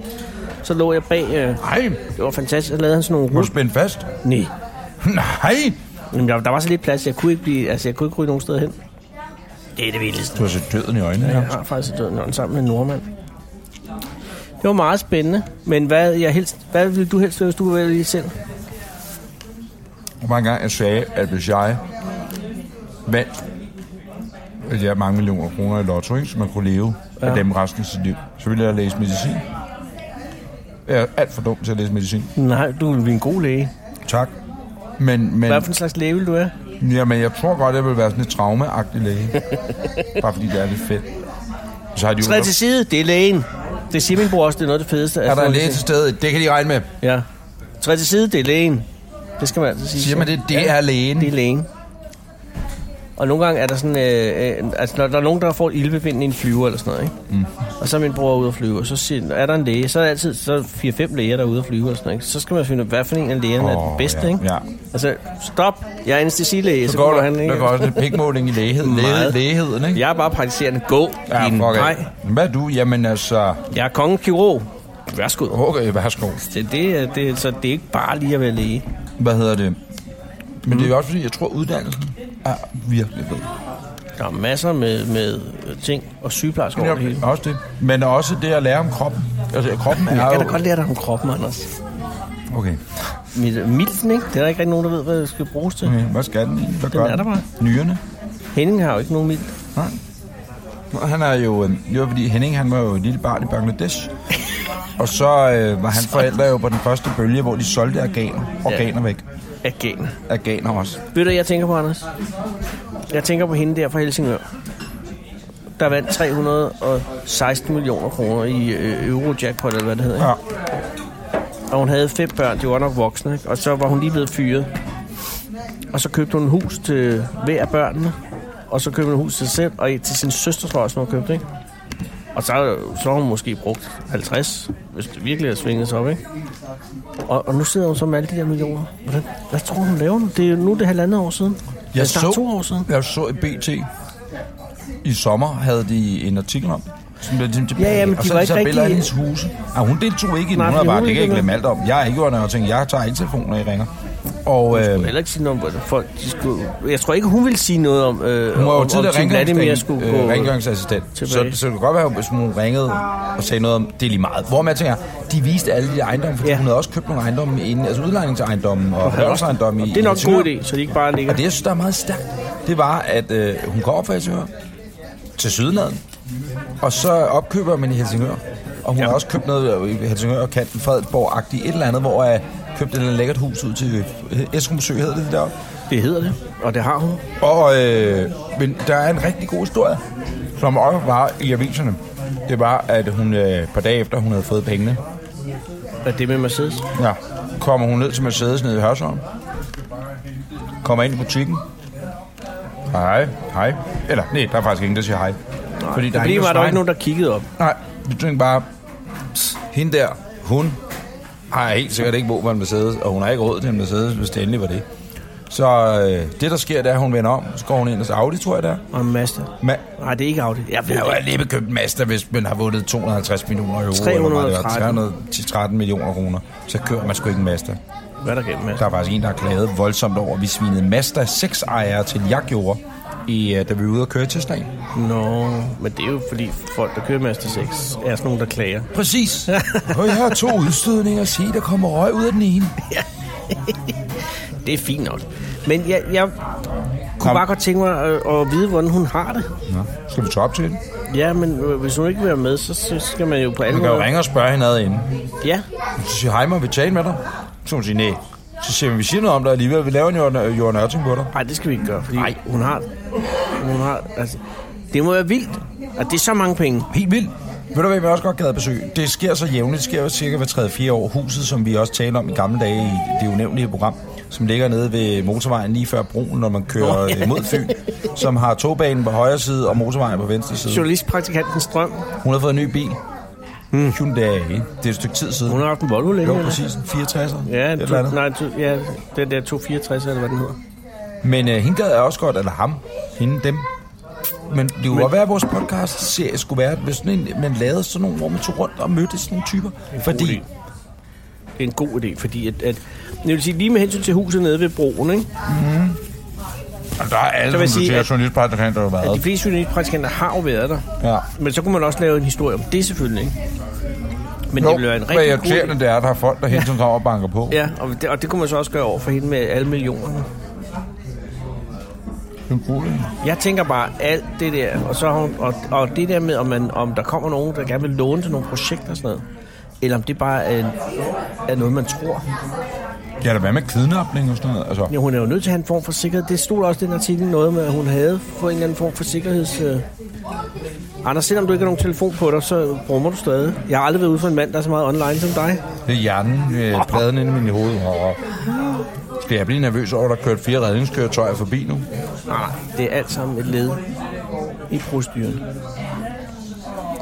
Så lå jeg bag, øh, Nej, det var fantastisk, så lavede han sådan nogle må du rus. spænde fast? *laughs* Nej, Nej! Jamen, der, der var så lidt plads, jeg kunne ikke blive, altså jeg kunne ikke ryge nogen steder hen. Det er det vildeste. Du har set døden i øjnene, ja. Jeg har faktisk død nøgen sammen med en nordmand. Det var meget spændende, men hvad, jeg helst, hvad ville du helst, hvis du kunne vælge selv? Hvor mange gange jeg sagde, at hvis jeg vandt at jeg mange millioner kroner i lotto, ikke, så man kunne leve ja. af dem resten af sit liv, så ville jeg læse medicin. Jeg er alt for dum til at læse medicin. Nej, du ville blive en god læge. Tak. Men, men, Hvad for en slags læge vil du være? jamen, jeg tror godt, jeg vil være sådan lidt traumeagtig *laughs* læge. Bare fordi det er lidt fedt. Så har de jo Træd til side, det er lægen. Det siger min bror også, det er noget af det fedeste. er der en læge til stede? Det kan de regne med. Ja. Træd til side, det er lægen. Det skal man altid sige. Siger man det? Det er lægen. Det er lægen. Og nogle gange er der sådan, øh, øh, altså når der er nogen, der får et ildbevind i en flyver eller sådan noget, ikke? Mm. Og så er min bror ude at flyve, og så siger, er der en læge, så er der altid så er der 4-5 læger, der er ude at flyve eller sådan noget, ikke? Så skal man finde ud af, hvad for en af lægerne oh, er den bedste, ja, ikke? ja. Altså, stop, jeg er anestesilæge, så Så går går der, han, ikke? der går også lidt pikmåling i læghed, læghed, Meget. lægheden, ikke? Jeg er bare praktiserende gå ja, i en fuck af. nej. Hvad er du? Jamen altså, Jeg er kongens kirurg. Værsgo. okay, værsgo. Det, det, er- det, er- så det er ikke bare lige at være læge. Hvad hedder det? Men det er Mm. jo også fordi, jeg tror, uddannelsen er virkelig fed. Der er masser med, med ting og sygeplejersker over det hele. Ja, også det. Men også det at lære om kroppen. Altså, kroppen er Jeg kan da jo... godt lære dig om kroppen, Anders. Okay. Mit- Milten, ikke? Det er der ikke rigtig nogen, der ved, hvad det skal bruges til. okay. Hvad skal den egentlig? Hvad gør Den er der bare. Nyrene. Henning har jo ikke nogen milt. Nej. Nå, Han er jo... øh, Det var fordi Henning, han var jo et lille barn i Bangladesh. Og så *laughs* øh, var han forældre jo på den første bølge, hvor de solgte organer, organer væk. Agen. Organer også. Ved du, hvad jeg tænker på, Anders? Jeg tænker på hende der fra Helsingør. Der vandt 316 millioner kroner i øh, euro-jackpot, eller hvad det hedder. ikke? Ja. Og hun havde fem børn, de var nok voksne, ikke? og så var hun lige blevet fyret. Og så købte hun en hus til hver af børnene, og så købte hun et hus til sig selv, og et til sin søster, tror jeg også, hun har købt, ikke? Og så, så har hun måske brugt 50, hvis det virkelig er svinget sig op, ikke? Og, og nu sidder hun så med alle de der millioner. Hvordan, hvad tror du, hun laver nu? Det er jo nu er det halvandet år siden. det Altså, er Jeg snart så, to år siden. Jeg så i BT i sommer, havde de en artikel om det, som blev ligesom tilbage. ja, men og de så var er ikke så billeder af hendes rigtig- huse. Ah, hun deltog ikke i den. Nej, Hun var fordi bare, hun det kan ikke jeg ikke glemme alt om. Jeg er ikke under og tænkte, jeg tager ikke telefonen, når I ringer. Og øh, Heller ikke sige noget om, hvordan folk, de skulle... Jeg tror ikke, hun ville sige noget om, øh, hun var om, jo om tidligere Team Vladimir rengøringsdame, skulle øh, gå... rengøringsassistent. Så, så tilbage. det kunne godt være, hvis hun ringede og sagde noget om, det er lige meget. Hvor man tænker, de viste alle de ejendomme, fordi Ja. hun havde også købt nogle ejendomme, inden, altså udlejningsejendomme og erhvervsejendomme. i- det er nok i en god Helsingør. idé, så de ikke bare ligger... Og det, jeg synes, der er meget stærkt, det var, at øh, hun går op fra Helsingør til Sydnaden, og så opkøber man i Helsingør. Og hun ja. har også købt noget øh, i Helsingør og kanten Fredensborg-agtigt, et eller andet, hvor jeg købte et eller andet lækkert hus ud til øh, Esrum Sø, hedder det der. Det hedder det, og det har hun. Og øh, men der er en rigtig god historie, som også var i aviserne. Det var, at hun øh, et par dage efter, hun havde fået pengene, Er det med Mercedes? Ja. Kommer hun ned til Mercedes nede i Hørsholm. Kommer ind i butikken. Hej, hej. Eller, nej, der er faktisk ingen, der siger hej. Nej, Fordi der er Problemet var, ingen, der, at der var der ikke nogen, der kiggede op. Nej, vi tænker bare, pss, hende der, hun har helt sikkert ikke brug for en Mercedes, og hun har ikke råd til en Mercedes, hvis det endelig var det. Så øh, det, der sker, det er, at hun vender om, så går hun ind og så Audi, tror jeg, der. Og en Mazda. Ma- Nej, det er ikke Audi. Jeg ved jeg har det. jo lige købt en Mazda, hvis man har vundet 250 millioner euro. eller hvad det var, 313. 313 millioner kroner. Så kører man sgu ikke en Mazda. Hvad er der gennem her? Der er faktisk en, der har klaget voldsomt over, at vi svinede Mazda 6 ejere til jeg gjorde, i, øh, da vi var ude at køre til slag. Nå, men det er jo fordi folk, der kører Mazda 6, er sådan nogen, der klager. *laughs* Præcis. Og jeg har to udstødninger. Se, der kommer røg ud af den ene. Det er fint nok. Men jeg, jeg kunne Kom. bare godt tænke mig at, at vide, hvordan hun har det. Nå. Skal vi tage op til det? Ja, men øh, hvis hun ikke vil være med, så, så skal man jo på alle Man kan jo ringe og spørge hende ad inden. Ja, Så siger hej, må vi tale med dig? Så hun siger, nej. Så siger vi, vi siger noget om dig alligevel. Vi laver en Jørgen- Jørgen Ørting på dig. nej, det skal vi ikke gøre, fordi Nej. hun har... Hun har altså, det må være vildt, at det er så mange penge. Helt vildt. Ved du, hvad vi også godt gad at besøge? Det sker så jævnligt. Det sker jo cirka hver 3-4 år. Huset, som vi også talte om i gamle dage i det unævnlige program, som ligger nede ved motorvejen lige før broen, når man kører Nå, oh, ja. mod Fyn, som har togbanen på højre side og motorvejen på venstre side. Journalistpraktikanten Strøm, Hun har fået en ny bil. Mm. Hyundai. Det er et stykke tid siden. Hmm. hun har haft en Volvo længe. jo, eller? præcis. 64'er. Ja, Et en eller to, andet. nej, to, ja, den der 264, eller hvad den hedder. Men øh, hende gad jeg også godt, eller ham, hende, dem. Men det kunne godt være, at vores podcast-serie skulle være, at hvis sådan en, man lavede sådan nogle, hvor man tog rundt og mødte sådan nogle typer. Fordi idé. Det er en god idé, fordi at, at jeg vil sige, lige med hensyn til huset nede ved broen, ikke? Og der er Så alle vil jeg sige, noterer at- journalistpraktikanter, der har at de været. fleste journalistpraktikanter har jo været der. Ja. Men så kunne man også lave en historie om det selvfølgelig, ikke? Men jo, det ville være en hvad rigtig god idé. irriterende det er, at der er folk, der hele tiden kommer og banker på. Ja, og det, og det kunne man så også gøre over for hende med alle millionerne. Det er en god idé. Jeg tænker bare, alt det der, og, så har hun, og, og det der med, om, man, om der kommer nogen, der gerne vil låne til nogle projekter og sådan noget, eller om det bare er, er noget, man tror. Ja, der hvad med kidnapning og sådan noget? Altså, Ja, hun er jo nødt til at have en form for sikkerhed. Det stod der også i den artikel noget med, at hun havde fået en eller anden form for sikkerheds... Øh... Anders, selvom du ikke har nogen telefon på dig, så brummer du stadig. Jeg har aldrig været ude for en mand, der er så meget online som dig. det er hjernen, øh, pladen inde i min hoved. Og, og. Skal jeg blive nervøs over, at der kørt fire redningskøretøjer forbi nu? Nej, Ah, det er alt sammen et led i proceduren.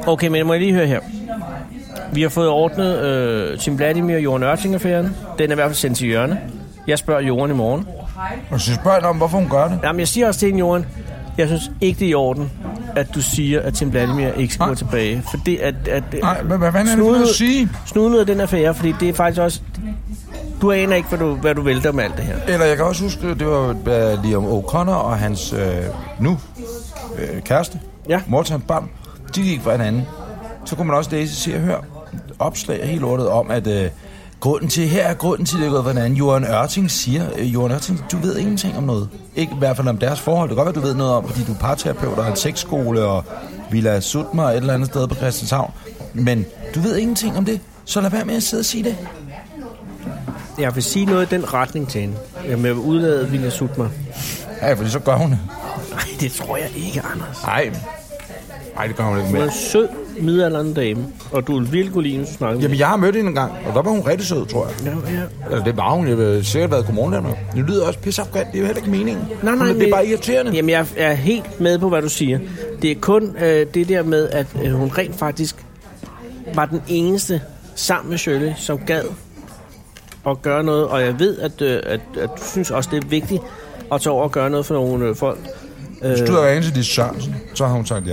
Okay, men må jeg lige høre her. Vi har fået ordnet øh, Tim Vladimir og Jorden Ørting-affæren. Den er i hvert fald sendt til hjørne. Jeg spørger Jorden i morgen. Og så spørger jeg om, hvorfor hun gør det. Jamen, jeg siger også til hende, Jorden, jeg synes ikke, det er i orden, at du siger, at Tim Vladimir ikke skal Nej. gå tilbage. Fordi at, at, Nej, hvad, hvad fanden er det for Snude- noget at sige? Snud noget af den affære, fordi det er faktisk også... Du aner ikke, hvad du, hvad du vælter med alt det her. Eller jeg kan også huske, det var øh, Liam O'Connor og hans øh, nu øh, kæreste, Ja. mor til hans barn, de gik fra hinanden. Så kunne man også læse, se og høre opslag helt lortet om, at øh, grunden til, her er grunden til, at det er gået fra hinanden. Johan Ørting siger, øh, Johan Ørting, du ved ingenting om noget. Ikke i hvert fald om deres forhold. Det kan godt være, du ved noget om, fordi du er parterapeut og har en sexskole og Villa Sutmer et eller andet sted på Christianshavn. Men du ved ingenting om det, så lad være med at sidde og sige det. Jeg vil sige noget i den retning til hende. Jamen, jeg vil udlade Vilja Sutmer. Ja, for så gør hun det. Nej, det tror jeg ikke, Anders. Nej. Nej, det gør hun ikke Hun er mere. en sød, midaldrende dame, og du vil virkelig kunne lide, hvis du snakker med Jamen, jeg har mødt hende en gang, og der var hun rigtig sød, tror jeg. hende. Ja, ja. Altså, det var hun. Jeg har sikkert været godmorgen Danmark. Det lyder også pisseafgant. Det er jo heller ikke meningen. Nej, nej, men det er bare irriterende. Jamen, jeg er helt med på, hvad du siger. Det er kun øh, det der med, at øh, hun rent faktisk var den eneste sammen med Shirley, som gad at gøre noget. Og jeg ved, at, øh, at, at du synes også, det er vigtigt at tage over og gøre noget for nogle øh, folk. Øh, Hvis du havde ringet til Lis Sørensen, så har hun sagt ja.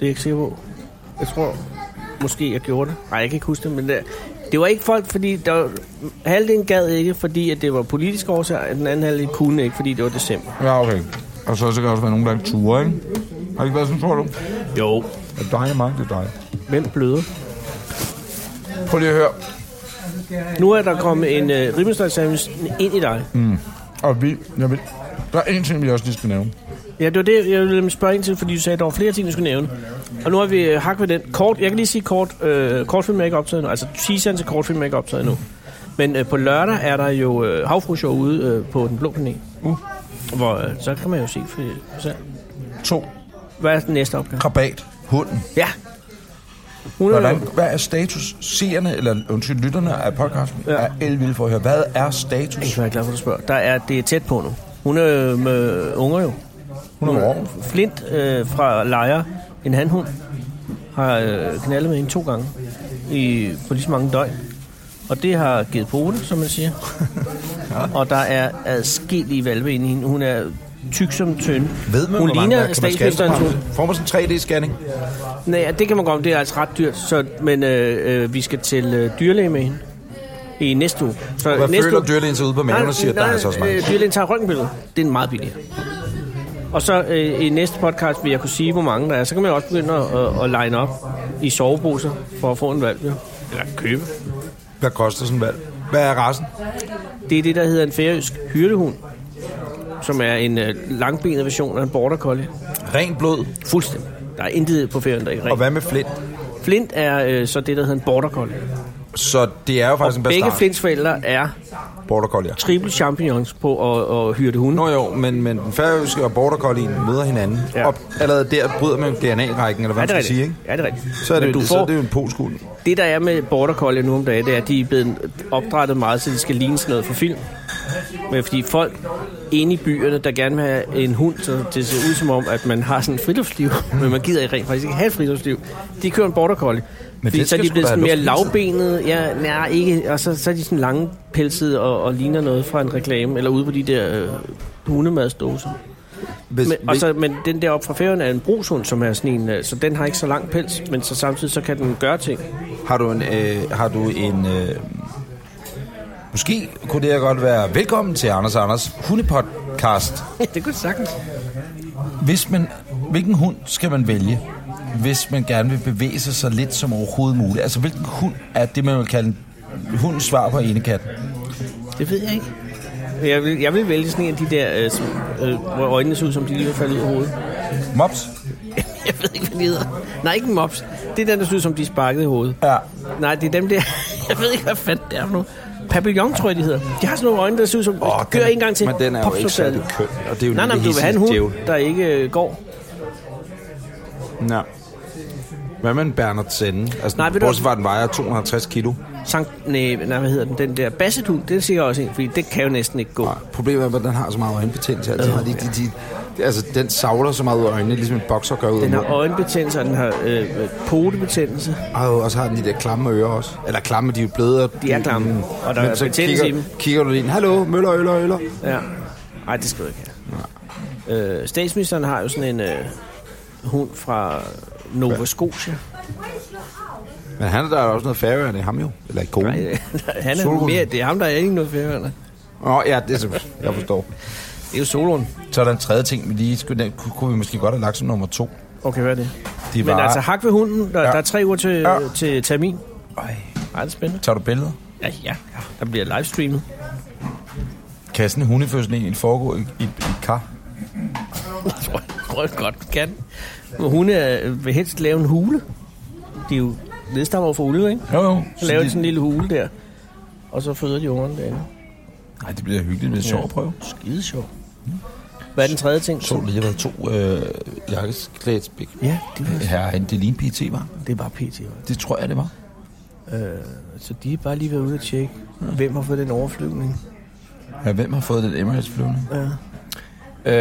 Det er jeg ikke sikker på. Jeg tror måske, jeg gjorde det. Nej, jeg kan ikke huske det, men det, det var ikke folk, fordi der, var- halvdelen gad ikke, fordi at det var politiske årsager, og den anden halvdel kunne ikke, fordi det var december. Ja, okay. Og så, så kan der også være nogen, der ikke turer, ikke? Har det ikke været sådan, tror du? Jo. At dig og mig, det er dig. Hvem bløder? Prøv lige at høre. Nu er der kommet en øh, ribbenstegnsandwich ind i dig. Mm. Og vi, jeg vil, der er en ting, vi også lige skal nævne. Ja, det var det, jeg ville nemlig spørge ind til, fordi du sagde, at der var flere ting, du skulle nævne. Og nu har vi øh, hak ved den. Kort, jeg kan lige sige kort. Øh, kortfilm er ikke optaget nu. Altså, teaseren til kortfilm er ikke optaget nu. Men øh, på lørdag er der jo øh, havfrushow ude øh, på Den Blå Planet. Uh. Hvor, øh, så kan man jo se for for selv. To. Hvad er den næste opgave? Krabat. Hunden. Ja. Hun er, Hvordan, hvad er status? Seerne, eller undskyld, lytterne af podcasten, ja. Ja. er elvilde for at høre. Hvad er status? jeg er glad for, at du spørger. Der er, det er tæt på nu. Hun er øh, med unger jo. Hun er vågen. Flint øh, fra Lejer, en handhund, har øh, knaldet med hende to gange i, på lige så mange døgn. Og det har givet pote, som man *laughs* siger. og der er adskillige valve inde i hende. Hun er tyk som tynd. Ved man, hun hvor mange, ligner kan man scanne statsministerens hund. programmet? Får man sådan en 3D-scanning? Nej, ja, det kan man godt, det er altså ret dyrt. Så, men øh, øh, vi skal til øh, dyrlæge med hende i næste uge. Så Altså, Hvad næste føler dyrlægen sig ude på maven og siger, at der er altså også mange? øh, dyrlægen tager røntgenbilleder. Det er meget billigere. Og så øh, i næste podcast vil jeg kunne sige, hvor mange der er. Så kan man jo også begynde at, at, at line op i soveposer for at få en valg. Eller købe. Hvad koster sådan en valg? Hvad er rasen? Det er det, der hedder en færøsk hyrdehund, som er en øh, langbenet version af en border collie. Ren blod. Fuldstændig. Der er intet på ferien, der ikke er Og rent. hvad med flint? Flint er øh, så det, der hedder en border collie. Så det er jo faktisk en Begge bastard. Flints forældre er Border Collie. triple champions på at, at hyrde hunde. Nå jo, men, men den færøske og Border Collien møder hinanden. Ja. Ja. Og allerede der bryder man DNA-rækken, eller hvad er man det skal rigtigt? sige, ikke? Ja, det er rigtigt. Så er det, Men du du får... får, så er det jo en polskul. det, der er med border collie nu om dagen, det er, at de er blevet opdrettet meget, så de skal ligne sådan noget for film. Men fordi folk inde i byerne, der gerne vil have en hund, så det ser ud som om, at man har sådan et friluftsliv, *laughs* men man gider ikke rent faktisk ikke have et friluftsliv. De kører en border collie. Men fordi det så er skal de sgu blevet da sådan have mere luft lavbenede, ja, nej, ikke, og så, så er de sådan langpelsede og, og ligner noget fra en reklame, eller ude på de der øh, hundemadsdåser. Altså, Hvis, Men, og så, men den der op fra færgen er en brushund, som er sådan en, øh, så den har ikke så lang pels, men så samtidig så kan den gøre ting. Har du en... Øh, har du en øh, måske kunne det her godt være velkommen til Anders og Anders *laughs* hundepodcast. det kunne sagtens. Hvis man, hvilken hund skal man vælge, hvis man gerne vil bevæge sig så lidt som overhovedet muligt? Altså, hvilken hund er det, man vil kalde en- hundens svar på enekatten? Det ved jeg ikke. Jeg vil, jeg vil vælge sådan en af de der, øh, som, øh, hvor øjnene ser ud, som de lige vil falde ud af hovedet. *laughs* Mops? jeg ved ikke, hvad de hedder. Nej, ikke en mops. Det er den, der ser ud, som de er sparket i hovedet. Ja. Nej, det er dem der. *laughs* jeg ved ikke, hvad fanden det er for nu. Papillon, tror jeg, de hedder. De har sådan nogle øjne, der ser ud som... Oh, Gør en gang til. Men den er jo Pop, ikke så falder særlig de. køn, og det er jo Nej, nej, men du vil have en hund, der ikke øh, går. Nej. Hvad med en Bernard Sende? Altså, Nej, Nej, ved du- bortset fra, at den vejer 250 kilo. Sankt, nej, nej, hvad hedder den? Den der bassetun, det siger jeg også en, fordi det kan jo næsten ikke gå. Nej, problemet er, at den har så meget øjenbetændelse. Altså, ja, de, de, de, altså, den savler så meget ud af øjnene, ligesom en bokser gør ud af Den har munden. øjenbetændelse, og den har øh, øh, potebetændelse. Og, og så har den de der klamme ører også. Eller klamme, de er jo bløde. og- De er klamme, Mm. og der Men er så betændelse kigger, i kigger du lige ind, hallo, møller, øller, øller. Ja. Nej, det skal du ikke have. Øh, statsministeren har jo sådan en øh, hund fra Nova Scotia. Men han er der også noget færøerne i ham jo. Eller i konen. Nej, *laughs* han er Solrød. mere, det er ham, der er ikke noget færøerne. Nå, ja, det er, så- jeg forstår. Det er jo Solon. Så er der en tredje ting, vi lige skulle, den kunne- kunne vi måske godt have lagt som nummer to. Okay, hvad er det? De Men var, altså, hak ved hunden. Der, ja. Ja. der er tre uger til, ja. Ja. til termin. Øj, Nej, det er spændende. tager du billeder? Ja, ja. Der bliver livestreamet. *laughs* Kan sådan en hundefødsel egentlig foregå i, i, i kar? Jeg tror, jeg tror jeg godt, vi kan. Men Hunde er, vil helst lave en hule. De er jo nedstammer for ulve, ikke? Jo, jo. Så laver de det, sådan en lille hule der. Og så føder de ungerne derinde. nej, det bliver hyggeligt. Det bliver sjovt at prøve. Skide sjovt. Hvad er den tredje ting? Så lige har været to øh, jakkesklædt Ja, det, var, her hen. Det er lige en PT, var. det er bare pt. hva'? Det tror jeg, det var. Så de er bare lige ved ude at tjekke, hvem har fået den overflyvning. Ja, hvem har fået den Emirates flyvning? Ja.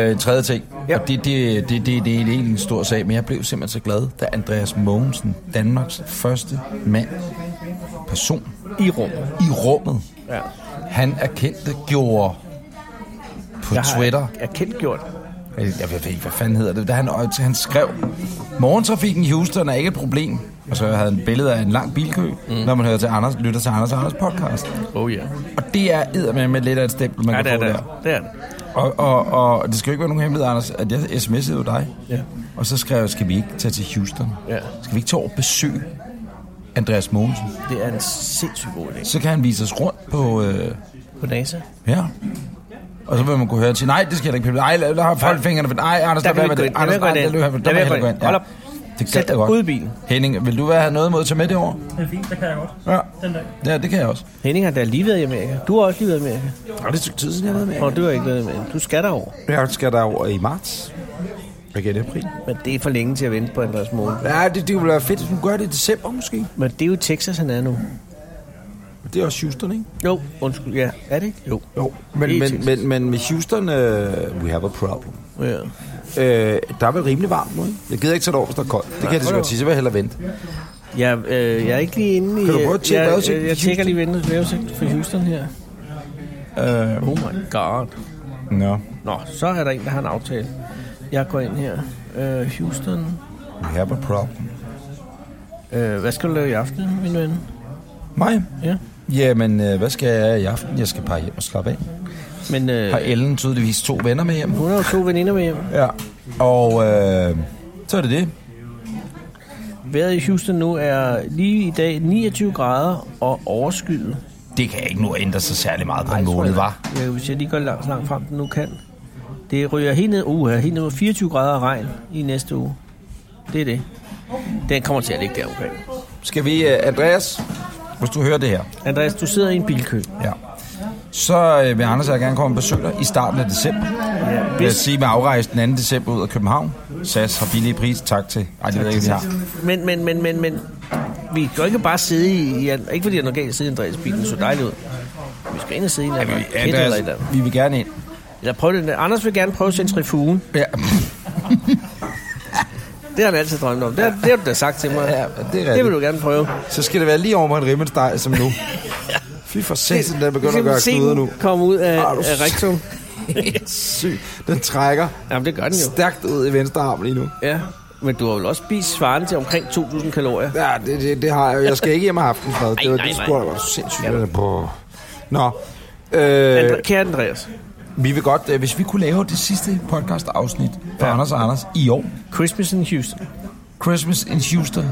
Øh, tredje ting, ja. og det, det, det, det, det er egentlig en stor sag, men jeg blev simpelthen så glad, da Andreas Mogensen, Danmarks første mand, person I rummet. i rummet, Ja. han erkendte, gjorde på Jeg Twitter, har erkendt gjort. jeg, Øh, jeg ved ikke, hvad fanden hedder det, da han, han skrev, morgentrafikken i Houston er ikke et problem. Og så havde han et billede af en lang bilkø, mm. når man hører til Anders, lytter til Anders og Anders podcast. Oh ja. Og det er med med lidt af et stempel, man Ja, kan det er få der. det. Det er det. Og, og, og det skal jo ikke være nogen hemmelighed, Anders, at jeg sms'ede jo dig. Ja. Og så skrev jeg, skal vi ikke tage til Houston? Ja. Skal vi ikke tage over og besøge Andreas Mogensen? Det er en sindssygt god idé. Så kan han vise os rundt på... Øh, På NASA. her. Og så vil man kunne høre til, nej, det skal jeg da ikke. Nej, lad, lad, lad, hold fingrene. for- Nej, Anders, Der der, kan vi der, ikke gå der, der, ind. Der Anders, vil jeg nej, gå der ind. løber han. Der Der vil vil jeg han gå gå ind. ind. Hold op. Det gad Sæt jeg godt. ud i bilen. Henning, vil du have noget med til med det over? Det er fint, det kan jeg godt. Ja. Den dag. ja, det kan jeg også. Henning har da lige været i Amerika. Du har også lige været i Amerika. Og det er et stykke tid siden, jeg har været med. Og du har ikke været i Amerika. Du skal derover. Jeg skal derover i marts. Igen i april. Men det er for længe til at vente på Andreas Mogensen. Ja, det, det ville være fedt, hvis du gør det i december måske. Men det er jo Texas, han er nu. Det er også Houston, ikke? Jo, undskyld. Ja, er det ikke? Jo. Jo, men, Helt men, sikkert. men, men med Houston, øh, we have a problem. Ja. Øh, der er vel rimelig varmt nu, ikke? Jeg gider ikke tage det over, hvis der er koldt. Det kan jeg lige så godt sige, så vil jeg hellere vente. Jeg, øh, jeg er ikke lige inde i... Kan du prøve at tjekke jeg, vejrudsigten jeg, for jeg tjekker Houston? lige vinduet vejrudsigt for Houston her. Øh, Øhm. Oh my god. no. Nå, så er der en, der har en aftale. Jeg går ind her. Øh, Houston. We have a problem. Øh, hvad skal du lave i aften, min ven? Mig? Ja. Jamen, øh, hvad skal jeg i aften? Jeg skal bare hjem og slappe af. Men øh, Har Ellen tydeligvis to venner med hjem? hun har jo to veninder med hjem. Ja. Og øh, så er det det. Vejret i Houston nu er lige i dag 29 grader og overskyet. Det kan ikke nu ændre sig særlig meget på en tror måned, jeg. var. Ja, hvis jeg lige går langt, så langt frem, den nu kan. Det ryger helt ned, uh, helt ned mod 24 grader og regn i næste uge. Det er det. Den kommer til at ligge der omkring. Skal vi, øh, Andreas, hvis du hører det her, Andreas, du sidder i en bilkø. ja. så øh, vil Anders og jeg gerne komme og besøge dig i starten af december. Vil jeg sige med afrejse den 2. december ud af København. SAS har billige pris, tak til. Ej, det ved jeg ikke, vi har. Men, men, men, men, men, vi kan jo ikke bare sidde i, i ikke fordi jeg er galt at sidde i Andreas bil, den så dejlig ud. Vi skal ind og sidde i en eller Men, anden kæde eller et eller Andreas, andet. vi vil gerne ind. Eller prøv den der. Anders vil gerne prøve centrifugen. Ja, Det har han altid drømt om. Det, har- det har du da sagt til Ja, mig. det er det vil rigtigt. du gerne prøve. Så skal det være lige over en rimmelsteg, som *laughs* nu. Fy for satan, den begynder at gøre Se den knuder nu. komme ud af, Arh, du af rektum. Syg. Den trækker Jamen, det gør den jo. stærkt ud i venstre arm lige nu. Ja, men du har vel også spist svaren til omkring 2.000 kalorier. Ja, det, det, det har jeg. jo. Jeg skal ikke hjem og aftensmad. Ej, Det var nej, det, nej. spurgte var sindssygt. Ja. Ja. Nå. Øh, Andre, kære Andreas, vi vil godt, øh, hvis vi kunne lave det sidste podcast-afsnit Ja. for ja. Anders og Anders i år. Christmas in Houston. Christmas in Houston.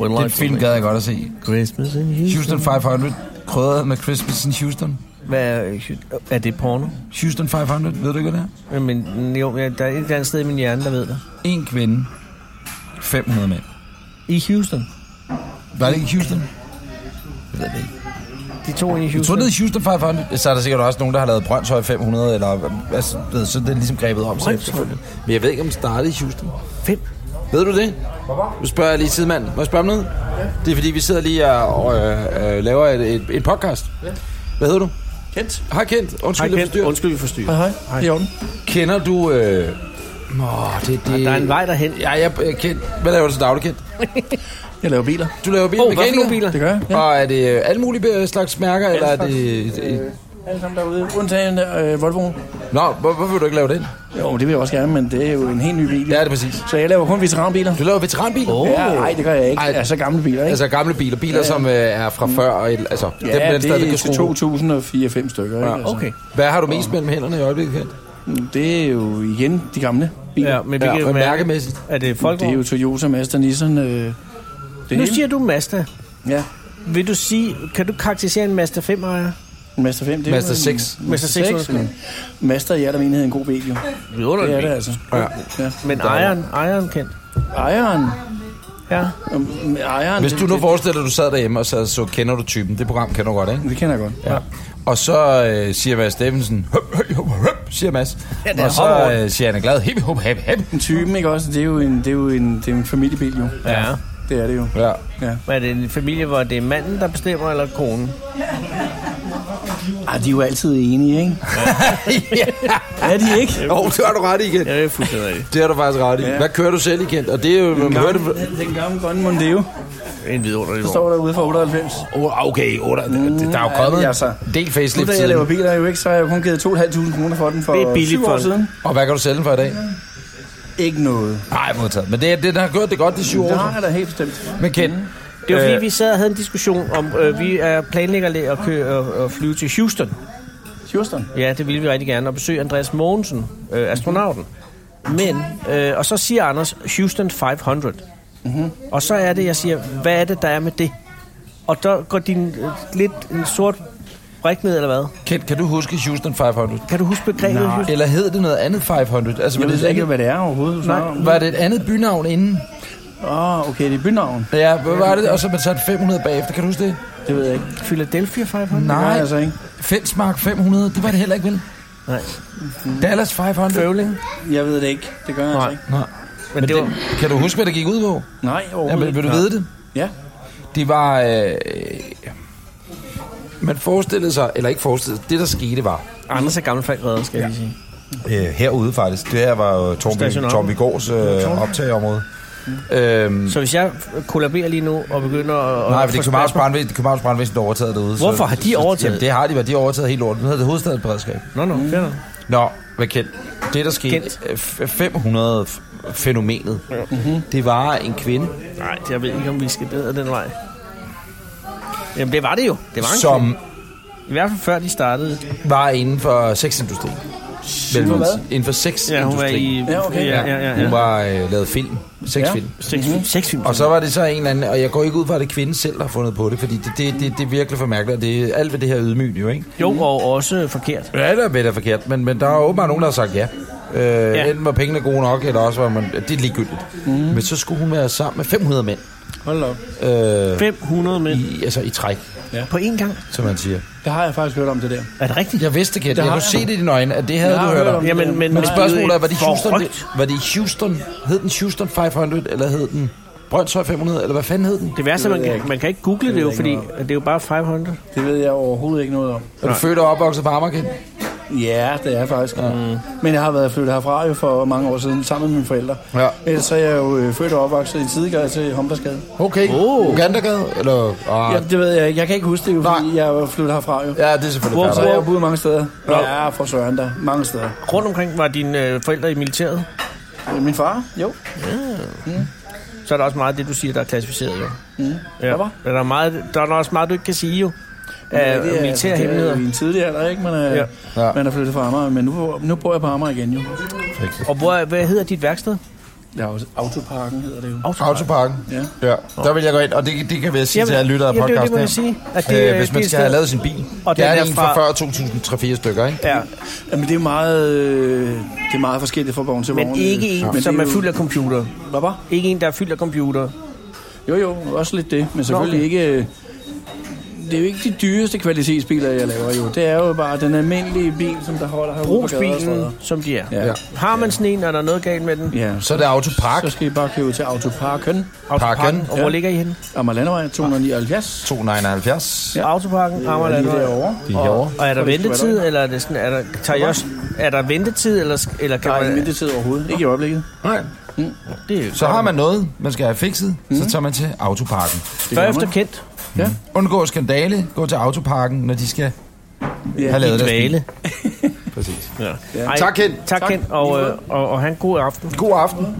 When Den film gad jeg godt at se. Christmas in Houston. Houston 500, krydret med Christmas in Houston. Hvad er, er det porno? Houston 500, ved du ikke, hvad det er? Men jo, ja, der er et eller andet sted i min hjerne, der ved det. En kvinde, 500 mænd. I Houston. Var det ikke i Houston? Jeg ved det ikke. De to i Jeg tror, Houston. det er i Houston 500. Så er der sikkert også nogen, der har lavet Brøndshøj 500, eller altså, så er det ligesom grebet om sig Brøndshøj? efterfølgende. men jeg ved ikke, om den startede i Houston. Fem. Ved du det? Hvorfor? Nu spørger jeg lige sidemanden. Må jeg spørge om noget? Ja. Det er fordi, vi sidder lige og, og øh, øh, laver et, et, en podcast. Ja. Hvad hedder du? Kent. Hej Kent. Undskyld, Hej jeg Kent, forstyrrer. undskyld, vi forstyrrer. Hej, hej. Det er orden. Kender du... Øh... Åh, det, det... Der er en vej derhen. Ja, jeg øh, Kent. Hvad laver du til daglig, Kent? *laughs* Jeg laver biler. Du laver bil Åh, oh, oh, hvad for nogle biler? Det gør jeg. Ja. Og er det øh, alle mulige øh, slags mærker, eller er slags, det... Øh, alle sammen derude. Undtagen øh, Volvo. Nå, hvor, hvorfor vil du ikke lave den? Jo, det vil jeg også gerne, men det er jo en helt ny bil. Ja, det er præcis. Så jeg laver kun veteranbiler. Du laver veteranbiler? Oh. Ja, nej, det gør jeg ikke. Ej. Altså gamle biler, ikke? Altså gamle biler, biler ja. som øh, er fra før, og, et- altså ja, dem, ja, der det stadig er kan til skrue. 2004-5 stykker, ikke? Altså. Okay. Hvad har du mest mellem hænderne i øjeblikket, Kent? Det er jo igen de gamle biler. Ja, men vi kan Ja, jo og mærke, mærkemæssigt. er det folk? Det er jo Toyota, Mazda, Nissan, øh, det Nu hele. siger du Mazda. Ja, Vil du sige, kan du karakterisere en Mazda 5 ejer? en Mazda 5, det er jo Mazda en- 6. en Mazda 6, undskyld. men Mazda i hjertemenighed er en god bil, jo. Det er det altså. Ja. Ja. Men ejeren, ejeren kendt. Ejeren, Ja. øhm, ejeren Hvis det- du nu det- forestiller dig, at du sad derhjemme og så, så kender du typen, det program kender du godt, ikke? Det kender jeg godt. Ja. Og så øh, siger Mads Steffensen, høp, høp, høp, høp, siger Mads. Ja, det er og så øh, siger Anne Glad, hip, hop, hip, hip. En typen, ikke også? Det er jo en, det er jo en, det er jo en familiebil, jo. Ja. Det er det jo. Ja. *laughs* Ja. Men er det en familie, hvor det er manden, der bestemmer, eller konen? Ej, de er jo altid enige, ikke? ja. Er de ikke? Jo, det har du ret i, Kent. Ja, det er fuldstændig rigtigt. Det har du faktisk ret i. Ja. Hvad kører du selv i, Kent? Og det er jo, man hører det... Den gamle grønne Mondeo, En vidunderlig der vogn. står derude for 98. Oh, okay, oh, der, der, der er jo ja, kommet altså. en del Nu facelift da jeg laver siden. biler, jo ikke, så har jeg kun givet 2.500 kroner for den for Det er billigt syv for år den. siden. Og hvad kan du sælge den for i dag? Ikke noget. Nej, modtaget. Men det, er- det den har gjort det godt de syv Det år. har jeg da helt bestemt. Men Kent, Det var fordi, Øh. vi sad og havde en diskussion om, øh, vi er planlægger at køre og og flyve til Houston. Houston. Ja, det ville vi rigtig gerne, og besøge Andreas Mogensen, øh, astronauten. Men, øh, og så siger Anders, Houston 500. Mm-hmm. Og så er det, jeg siger, hvad er det, der er med det? Og der går din øh, lidt en sort brik ned, eller hvad? Kent, kan du huske Houston 500? Kan du huske begrebet Houston? Eller hed det noget andet 500? Altså, Jeg var ved det, slet ikke, ikke, hvad det er overhovedet. du snakker om. var det et andet bynavn inden? Åh, oh, okay, det er bynavn. Ja, hvad var det? Og så man satte 500 bagefter, kan du huske det? Det ved jeg ikke. Philadelphia 500? Det gør Nej. jeg altså ikke. Fensmark 500, det var det heller ikke, vel? Nej. Dallas 500. Føvling? Jeg ved det ikke. Det gør jeg altså Nej. ikke. Nej. Men det var, Kan du huske, hvad det gik ud på? Nej, Ja, overhovedet vil, ikke. vil du vide det? Ja. Det var... Øh, man forestillede sig, eller ikke forestillede sig, det der skete var, Anders er gammel falkreder, skal jeg lige sige. Øh, herude faktisk. Det her var jo Torby, Stationaren. Torby Gårds øh, optageområde. Mm. Øhm, Så hvis jeg øh, kollaberer lige nu og begynder at... nej, at for det er få Københavns spasmer- Brandvæsen, Københavns Brandvæsen, der overtaget derude. så- Hvorfor har de overtaget? Jamen, det har de været. De har overtaget helt lortet. Nu hedder det hovedstadens beredskab. Nå, nå, fair nok. Nå, hvad kendt? Det, der skete, Kendt. øh, f- 500-fænomenet, mm-hmm. det var en kvinde, Nej, jeg ved ikke, om vi skal bedre den vej. Jamen, det var det jo. Det var en som klub. I hvert fald før de startede. var inden for sexindustrien. Mellem, inden for Ja, hun var sexindustrien. i... Ja, okay. Ja, ja, ja. Hun ja. var øh, lavet film. Sexfilm. Ja. Mhm. Sexfilm. Sexfilm. Og så var det så en eller anden, og jeg går ikke ud fra, at det er kvinden selv, der har fundet på det, fordi det, det, det, det er virkelig for mærkeligt, og det er alt ved det her ydmygt jo, ikke? Jo, og også forkert. Ja, det er bedre forkert, men, men der er åbenbart nogen, der har sagt ja. Øh, ja. Enten var pengene gode nok, eller også var man... Det er ligegyldigt. Mhm. Mm. Men så skulle hun være sammen med 500 mænd. Hold da op. Øh, 500 mænd i, altså i træk, på én gang. som man siger. Det har jeg faktisk hørt om det der. Er det rigtigt? Jeg vidste, Kent. Det Jeg har kunne se jeg. det i dine øjne, at det havde Jeg du har hørt om. hørt om Jamen, men, men, Men spørgsmålet er, var det jo Houston, forrygt. det, var det Houston, hed den Houston 500, eller hed den Brøndshøj 500, eller hvad fanden hed den? Det værste er, man, kan, man kan ikke google det jo, jeg fordi ikke det er jo bare 500. Det ved jeg overhovedet ikke noget om. Er du født og opvokset på Amager, Kent? Ja, det er jeg faktisk. Mm. Men jeg har været flyttet herfra jo for mange år siden, sammen med mine forældre. Ja. Ellers så er jeg jo øh, født og opvokset i en sidegade til Humbersgade. Okay. Oh. Ugandagade? Eller... Ah, Ja, det ved jeg ikke. Jeg kan ikke huske det, jo, Nej. fordi jeg er flyttet herfra jo. ja, det er selvfølgelig Hvor- Så færdigt. jeg har boet mange steder. Ja, for Søren der. Mange steder. Rundt omkring var dine øh, forældre i militæret. Øh, Min far? Jo. Så er der også meget af det, du siger, der er klassificeret, jo. Ja. Mhm. Hvad var? Men der er, meget, der er også meget, du ikke kan sige, jo. Af det er- militære det er hemmeligheder. I en tidlig alder, ikke? Man er, Ja. ja. Ja. man er flyttet fra Amager, men nu, bor- nu bor jeg på Amager igen jo. Og hvor, hvad hedder dit værksted? Ja, også Autoparken hedder det jo. Autoparken. Ja. Ja, der vil jeg gå ind, og det, det kan jeg sige til alle lyttere af jamen, det er jo det, podcasten man her. vil sige, at det, øh, hvis øh, man det er skal have stedet- lavet sin bil. Og Og det er den er en fra- fra før 2003-4 stykker, ikke? Ja, Jamen, det er meget, øh, det er meget forskelligt fra vogn til men vogn. øh. ikke en, Men det som er jo- fuld af computer. Hvad var? Ikke en, der er fyldt af computer. Jo, jo, også lidt det, men selvfølgelig okay. ikke... øh, det er jo ikke de dyreste kvalitetsbiler, jeg laver jo. Det er jo bare den almindelige bil, som der holder herude på gader og stræder. Brugsbilen, som de er. Ja. Har man sådan en, er der noget galt med den? Ja, Så er det Autopark. Så skal I bare køre ud til Autoparken. Autoparken. Og hvor ligger I henne? Amagerlandevej 279. 279. Ja. Autoparken, Amagerland. lige derovre. Det er Og, herovre. og er der Hvor de skal være ventetid, derinde. eller er, det sådan, er der, tager I også, er der ventetid, eller, sk- eller kan Der er man... ingen ventetid overhovedet. Ikke i øjeblikket. Nej. Mm. Det er jo Så har man noget, man skal have fikset, mm. så tager man til Autoparken. Før efter kendt. Ja. Mm. Undgå skandale, gå til Autoparken, når de skal ja, have lavet deres bil. Præcis. Ja. Ej, tak, Kent. Tak, Kent. Og, øh, og, og han god aften. God aften.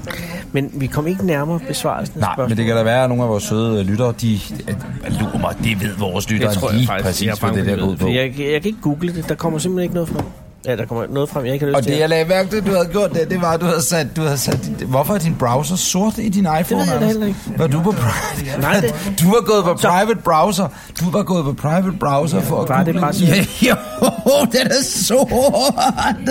Men vi kom ikke nærmere besvarelsen af Nej, spørgsmålet. men det kan da være, at nogle af vores søde øh, lyttere, de øh, lurer mig, det ved vores lyttere lige præcis, jeg er hvad bange det der for, går ud på. Jeg, jeg, jeg kan ikke google det. Der kommer simpelthen ikke noget frem. Ja, der kommer noget frem, jeg ikke har lyst Og til. det, jeg lagde mærke til, du havde gjort, det, det var, at du havde sat... Du havde sat din- hvorfor er din browser sort i din iPhone, jeg da Anders? heller ikke. Var du på *laughs* private? Nej, det- *laughs* Du var gået på private browser. Du var gået på private browser for at var det google- bare sådan? *laughs* Ja, jo, den er sort.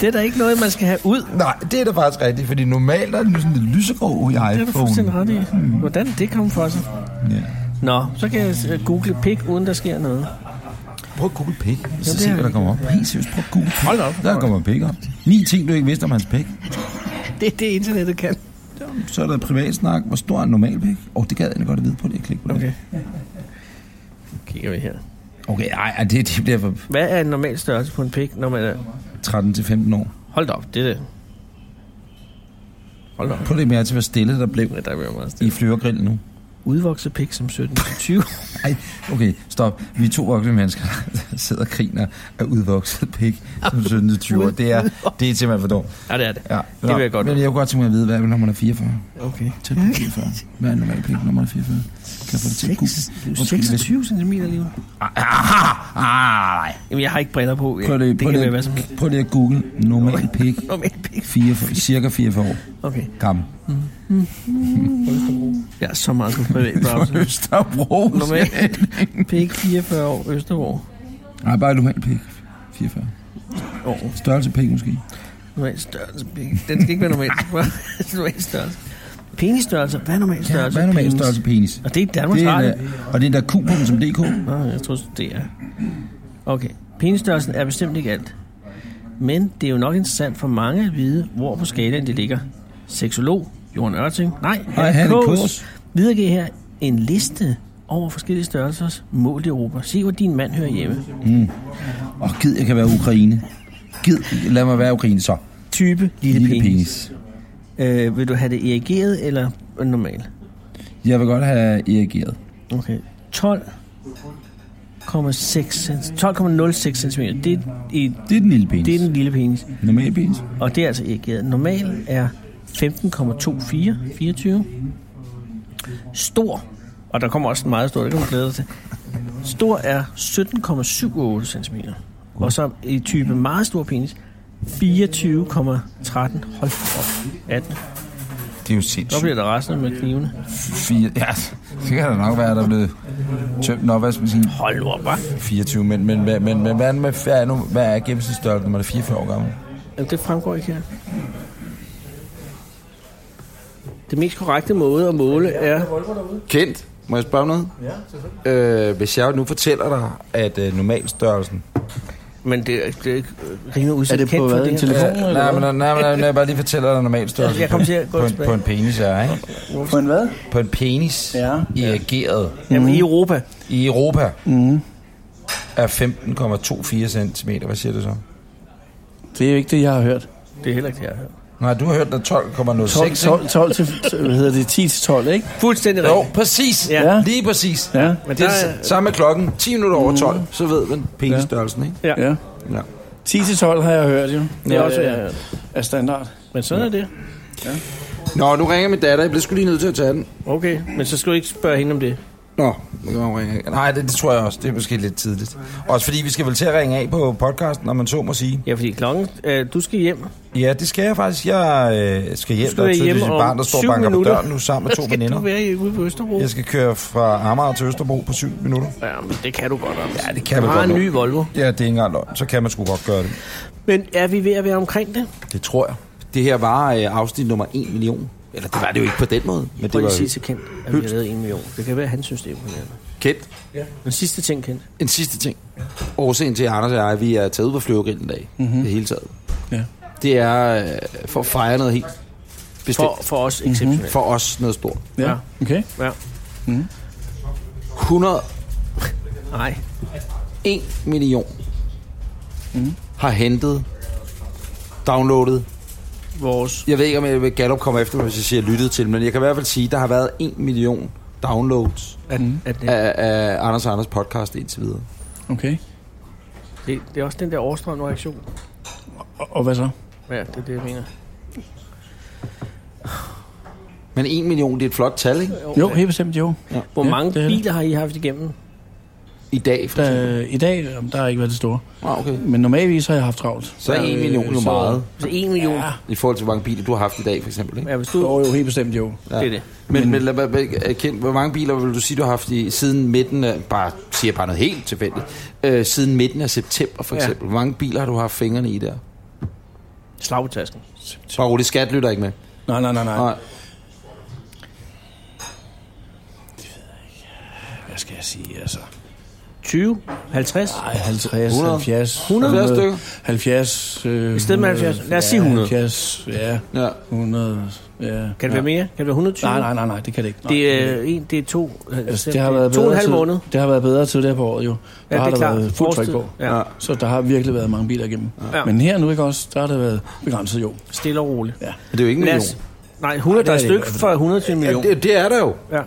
Det er da ikke noget, man skal have ud. Nej, det er da faktisk rigtigt, fordi normalt er den jo sådan lidt lysegrå i iPhone. Det er du fuldstændig ret i. Hvordan er det kom for sig? Ja. Nå, så kan jeg øh, google pik, uden der sker noget. *laughs* Prøv at google pik, det så se, har hvad vi. der kommer op. Helt seriøst, prøv at google pik. Hold da op. Der kommer pik op. Ni ting, du ikke vidste om hans pik. Det er det, internettet kan. Så er der privatsnak. Hvor stor er en normal pik? Åh, oh, det gad jeg da godt at vide på det. Jeg klikker på det. Okay. Kigger vi her. Okay, ej, ej, det, det bliver for Hvad er en normal størrelse på en pik, når man er... 13-15 år. Hold da op, det er det. Hold da op. Prøv lige mere til, hvor stille der blev Ja, der bliver meget i stille. flyvergrillen nu. Udvokset pik som 17-20. Ej, okay, stop. Vi er to voksne mennesker, *laughs* der sidder og griner af udvokset pik som 17-20 år. Det er, det er simpelthen for dumt. *laughs* ja, det er det. Ja, Det vil jeg godt Men jeg kunne godt tænke mig at vide, hvad er nummer 44? Okay. Tæt på 44. Hvad er normal pik nummer 44? Kan jeg få det til at google? Undskyld, hvis- 26 cm lige Aha! Ah, nej. Jamen, jeg har ikke briller på. Jeg, Prøv lige, det prøv kan være lige, hvad som helst. prøv lige at google normal pik. Normal pik. 44, cirka 44 år. Okay. Gammel. Jeg er så meget på privat browser. *laughs* Østerbro. Normal pik 44 år, Østerbro. Nej, bare normal pik. 44. År. Størrelse pik måske. Normal størrelse pik. Den skal ikke *laughs* være normal. Bare normal størrelse. Penisstørrelse. Hvad er normal Ja, størrelse? hvad er normal Penis. størrelse penis? Og det er Danmarks Det er, Radio. en, øh, og det er der q.dk. Nå, jeg tror, det er. Okay. Penisstørrelsen er bestemt ikke alt. Men det er jo nok interessant for mange at vide, hvor på skalaen det ligger. Seksolog, Jørgen Ørting. Nej, Nej, Hanne Kås. Videregiv her en liste over forskellige størrelsers mål i Europa. Se, hvor din mand hører hjemme. Mm. Og gid, jeg kan være Ukraine. Gid, lad mig være Ukraine så. Type lille, Lille penis. penis. Øh, vil du have det erigeret eller normalt? Jeg vil godt have erigeret. Okay. 12,6 cent- 12,06 cm. Det er, i, Det er den lille penis. det er den lille penis. Normal penis. Og det er altså erigeret. Normal er 15,24 24. Stor, og der kommer også en meget stor, det kan du glæde dig til. Stor er 17,78 cm. Og så i type meget stor penis, 24,13. Hold op, 18. Det er jo Så sindssygt. bliver der resten med knivene. Fire, ja, det kan da nok være, der er blevet tømt en opvaskemaskine. Hold nu op, hva'? 24, men, men, men, men, men hvad, er, med, hvad, er nu, hvad er gennemsnitsstørrelsen, når man er 44 år gammel? Jamen, det fremgår ikke her. Det mest korrekte måde at måle er... Kendt, må jeg spørge om noget? Ja, øh, hvis jeg nu fortæller dig, at øh, normalstørrelsen... Men det er, det er ikke øh, rimelig Er udsigt det kendt på for hvad? det En her. telefon? Øh, Nej, eller men nej, nej, nej, jeg bare lige fortæller dig normalstørrelsen Jeg kommer til at gå på, en, tilbage. på en penis, ja, ikke? hvad? På en hvad? På en penis, Ja. erigeret Jamen, i Europa. i Europa, Mhm. Mm. er 15,24 cm. Hvad siger du så? Det er jo ikke det, jeg har hørt. Det er heller ikke det, jeg har hørt. Nej, du har hørt, der er 12,06 12, 12, 12 til, hvad hedder det, 10 til 12, ikke? Fuldstændig Jo, rigtigt. præcis. Ja. Ja. Lige præcis. Ja, Men Det der er er, Mm. det samme med klokken. 10 minutter over 12, så ved man penisstørrelsen, ikke? ja, ja. Ja. 10 til 12 har jeg hørt, jo. det er også... Øh, Ja. er standard. Men sådan er det. Nå, nu ringer min datter. Jeg bliver sgu lige nødt til at tage den. Okay, men så skal du ikke spørge hende om det. Nå, nu kan hun ringe. af. Nej, det, det tror jeg også. Det er måske lidt tidligt. Også fordi vi skal vel til at ringe af på podcasten, når man så må sige. Ja, fordi klokken... Øh, du skal hjem. Ja, det skal jeg faktisk. Jeg øh, skal hjem. Du skal der er være tydeligvis hjemme et om barn, der står og syv banker minutter. på døren nu sammen med to Skal du veninder. være i- ude på Østerbro? Jeg skal køre fra Amager til Østerbro på 7 minutter. Ja, men det kan du godt, Anders. Ja, det kan du man har godt en nå. ny Volvo. Ja, det er ikke engang løgn. Så kan man sgu godt gøre det. Men er vi ved at være omkring det? Det tror jeg. Det her var øh, afsnit nummer 1 million. Eller det var det jo ikke på den måde. Men Prøv det lige at var sige til Kent, at vi har lavet en million. Det kan være, at han synes, det er imponerende. Kent. Ja. En sidste ting, Kent. En sidste ting. Årsagen til at Anders og jeg, vi er taget ud på flyvergrillen i dag. Mhm. Mm-hmm. Det hele taget. Ja. Det er øh, for at fejre noget helt bestemt. For- for os exceptionelt. Mhm. For os noget stort. Ja. Okay. Ja. Mm. 100... Nej. 1 million Mhm. mm. har hentet, downloadet... Vores... Jeg ved ikke, om jeg vil Gallup komme efter mig, hvis jeg siger lyttet til, men jeg kan i hvert fald sige, at der har været 1 million downloads at, af, af, Anders og Anders podcast indtil videre. Okay. Det, det er også den der overstrømmende reaktion. Og, og hvad så? Ja, det er det, jeg mener. Men 1 million, det er et flot tal, ikke? Jo, helt bestemt jo. Ja. Hvor Ja, mange det er det. biler har I haft igennem? I dag, for der, I dag, jamen, der har ikke været det store. Ah, okay. Men normalvis har jeg haft travlt. Så er 1 million jo meget. Så 1 million. Ja. I forhold til, hvor mange biler du har haft i dag, for eksempel, ikke? Ja, hvis du... Jo, jo, helt bestemt jo. Det er det. Men, men lad mig bare erkende, hvor mange biler vil du sige, du har haft i, siden midten af, bare siger bare noget helt tilfældigt, øh, siden midten af september for Ja. eksempel. Hvor mange biler har du haft fingrene i der? Slag på tasken. Bare roligt, skat lytter ikke med. Nej, nej, nej, nej. Nej. Hvad skal jeg sige, altså? 20? 50? Nej, 50, 100? 70, 100? 100 stykker? 70, øh, I stedet med 70. Lad os sige 100. 70, ja. ja. 100, ja. Kan Kan det være mere? Kan det være 120? Nej, nej, nej, nej, det kan det ikke. Nej. Det er, øh, en, det er to, Altså, det har været to og en bedre halv tid- måned. Det har været bedre tidligere på året jo. Der Ja, det har er der klart. været fuldt tryk på. Forestil- ja. Så der har virkelig været mange biler igennem. Ja. Men her nu ikke også, der har det været begrænset jo. Stille og roligt. Ja. Men det er jo ikke en Lad million. os- Nej, 100, der er Nej, et det er det stykke ikke. for 120 millioner. Ja, det, det er der jo. Ja. ja.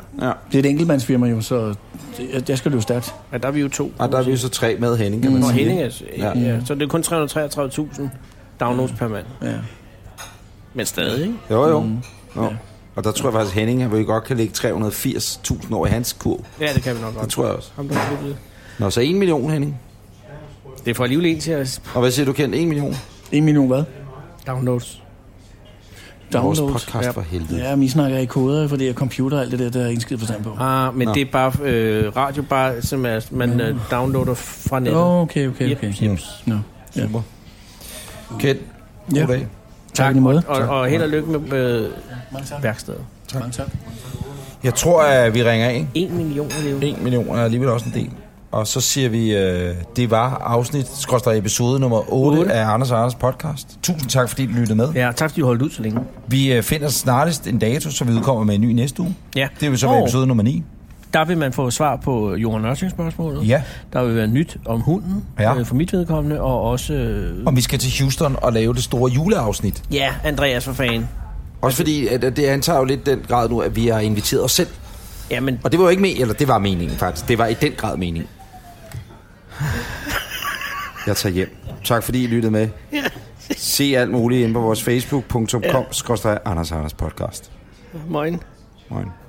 Det er et enkeltmandsfirma jo, så det, der skal det jo stærkt. ja, der er vi jo to. Og Ah, der er vi jo så tre med Henning, kan man Når sige. Henning ikke? er, ja. Ja, så det er kun 333.000 downloads per mand. Ja. Men stadig, ikke? Jo, jo. Mm. jo. Og der tror jeg faktisk, Henning, hvor I godt kan lægge 380.000 over i hans kurv. Ja, det kan vi nok godt. Det tror jeg også. Ham, der har klippet det. Nå, så 1 million, Henning. det får alligevel en til at Og hvad siger du, Kent? 1 million? En million hvad? downloads. Downloads. Vores podcast for helvede. Ja, men I snakker i koder, fordi jeg computer og alt det der, der er indskidt forstand på. Ah, men Nå. det er bare øh, radio, bare, som er, man øh, downloader fra nettet. Åh, okay, okay, okay. Jeps, jeps. Nå. Ja. Super. Kent, god Ja. dag. Tak i måde. Og, og held og lykke med øh, Mange tak. værkstedet. Mange tak. Jeg tror, at vi ringer af. 1 million er det jo. 1 million er alligevel også en del. Og så siger vi, øh, det var afsnit, skråstrej episode nummer 8, Otte. 8 af Anders og Anders podcast. Tusind tak, fordi du lyttede med. Ja, tak fordi du holdt ud så længe. Vi øh, finder snarest en dato, så vi udkommer med en ny næste uge. Ja. Det vil så være Og episode nummer 9. Der vil man få svar på Johan Nørting spørgsmålet. Ja. Der vil være nyt om hunden, Ja. øh, for mit vedkommende, og også... Øh, Om vi skal til Houston og lave det store juleafsnit. ja, Andreas for fanden. Også fordi, at at det antager jo lidt den grad nu, at vi har inviteret os selv. Jamen, Og det var jo ikke med, eller det var meningen faktisk. Det var i den grad meningen. Jeg tager hjem. Tak fordi I lyttede med. Se alt muligt inde på vores facebook.com-anders Anders podcast. morgen. Moin.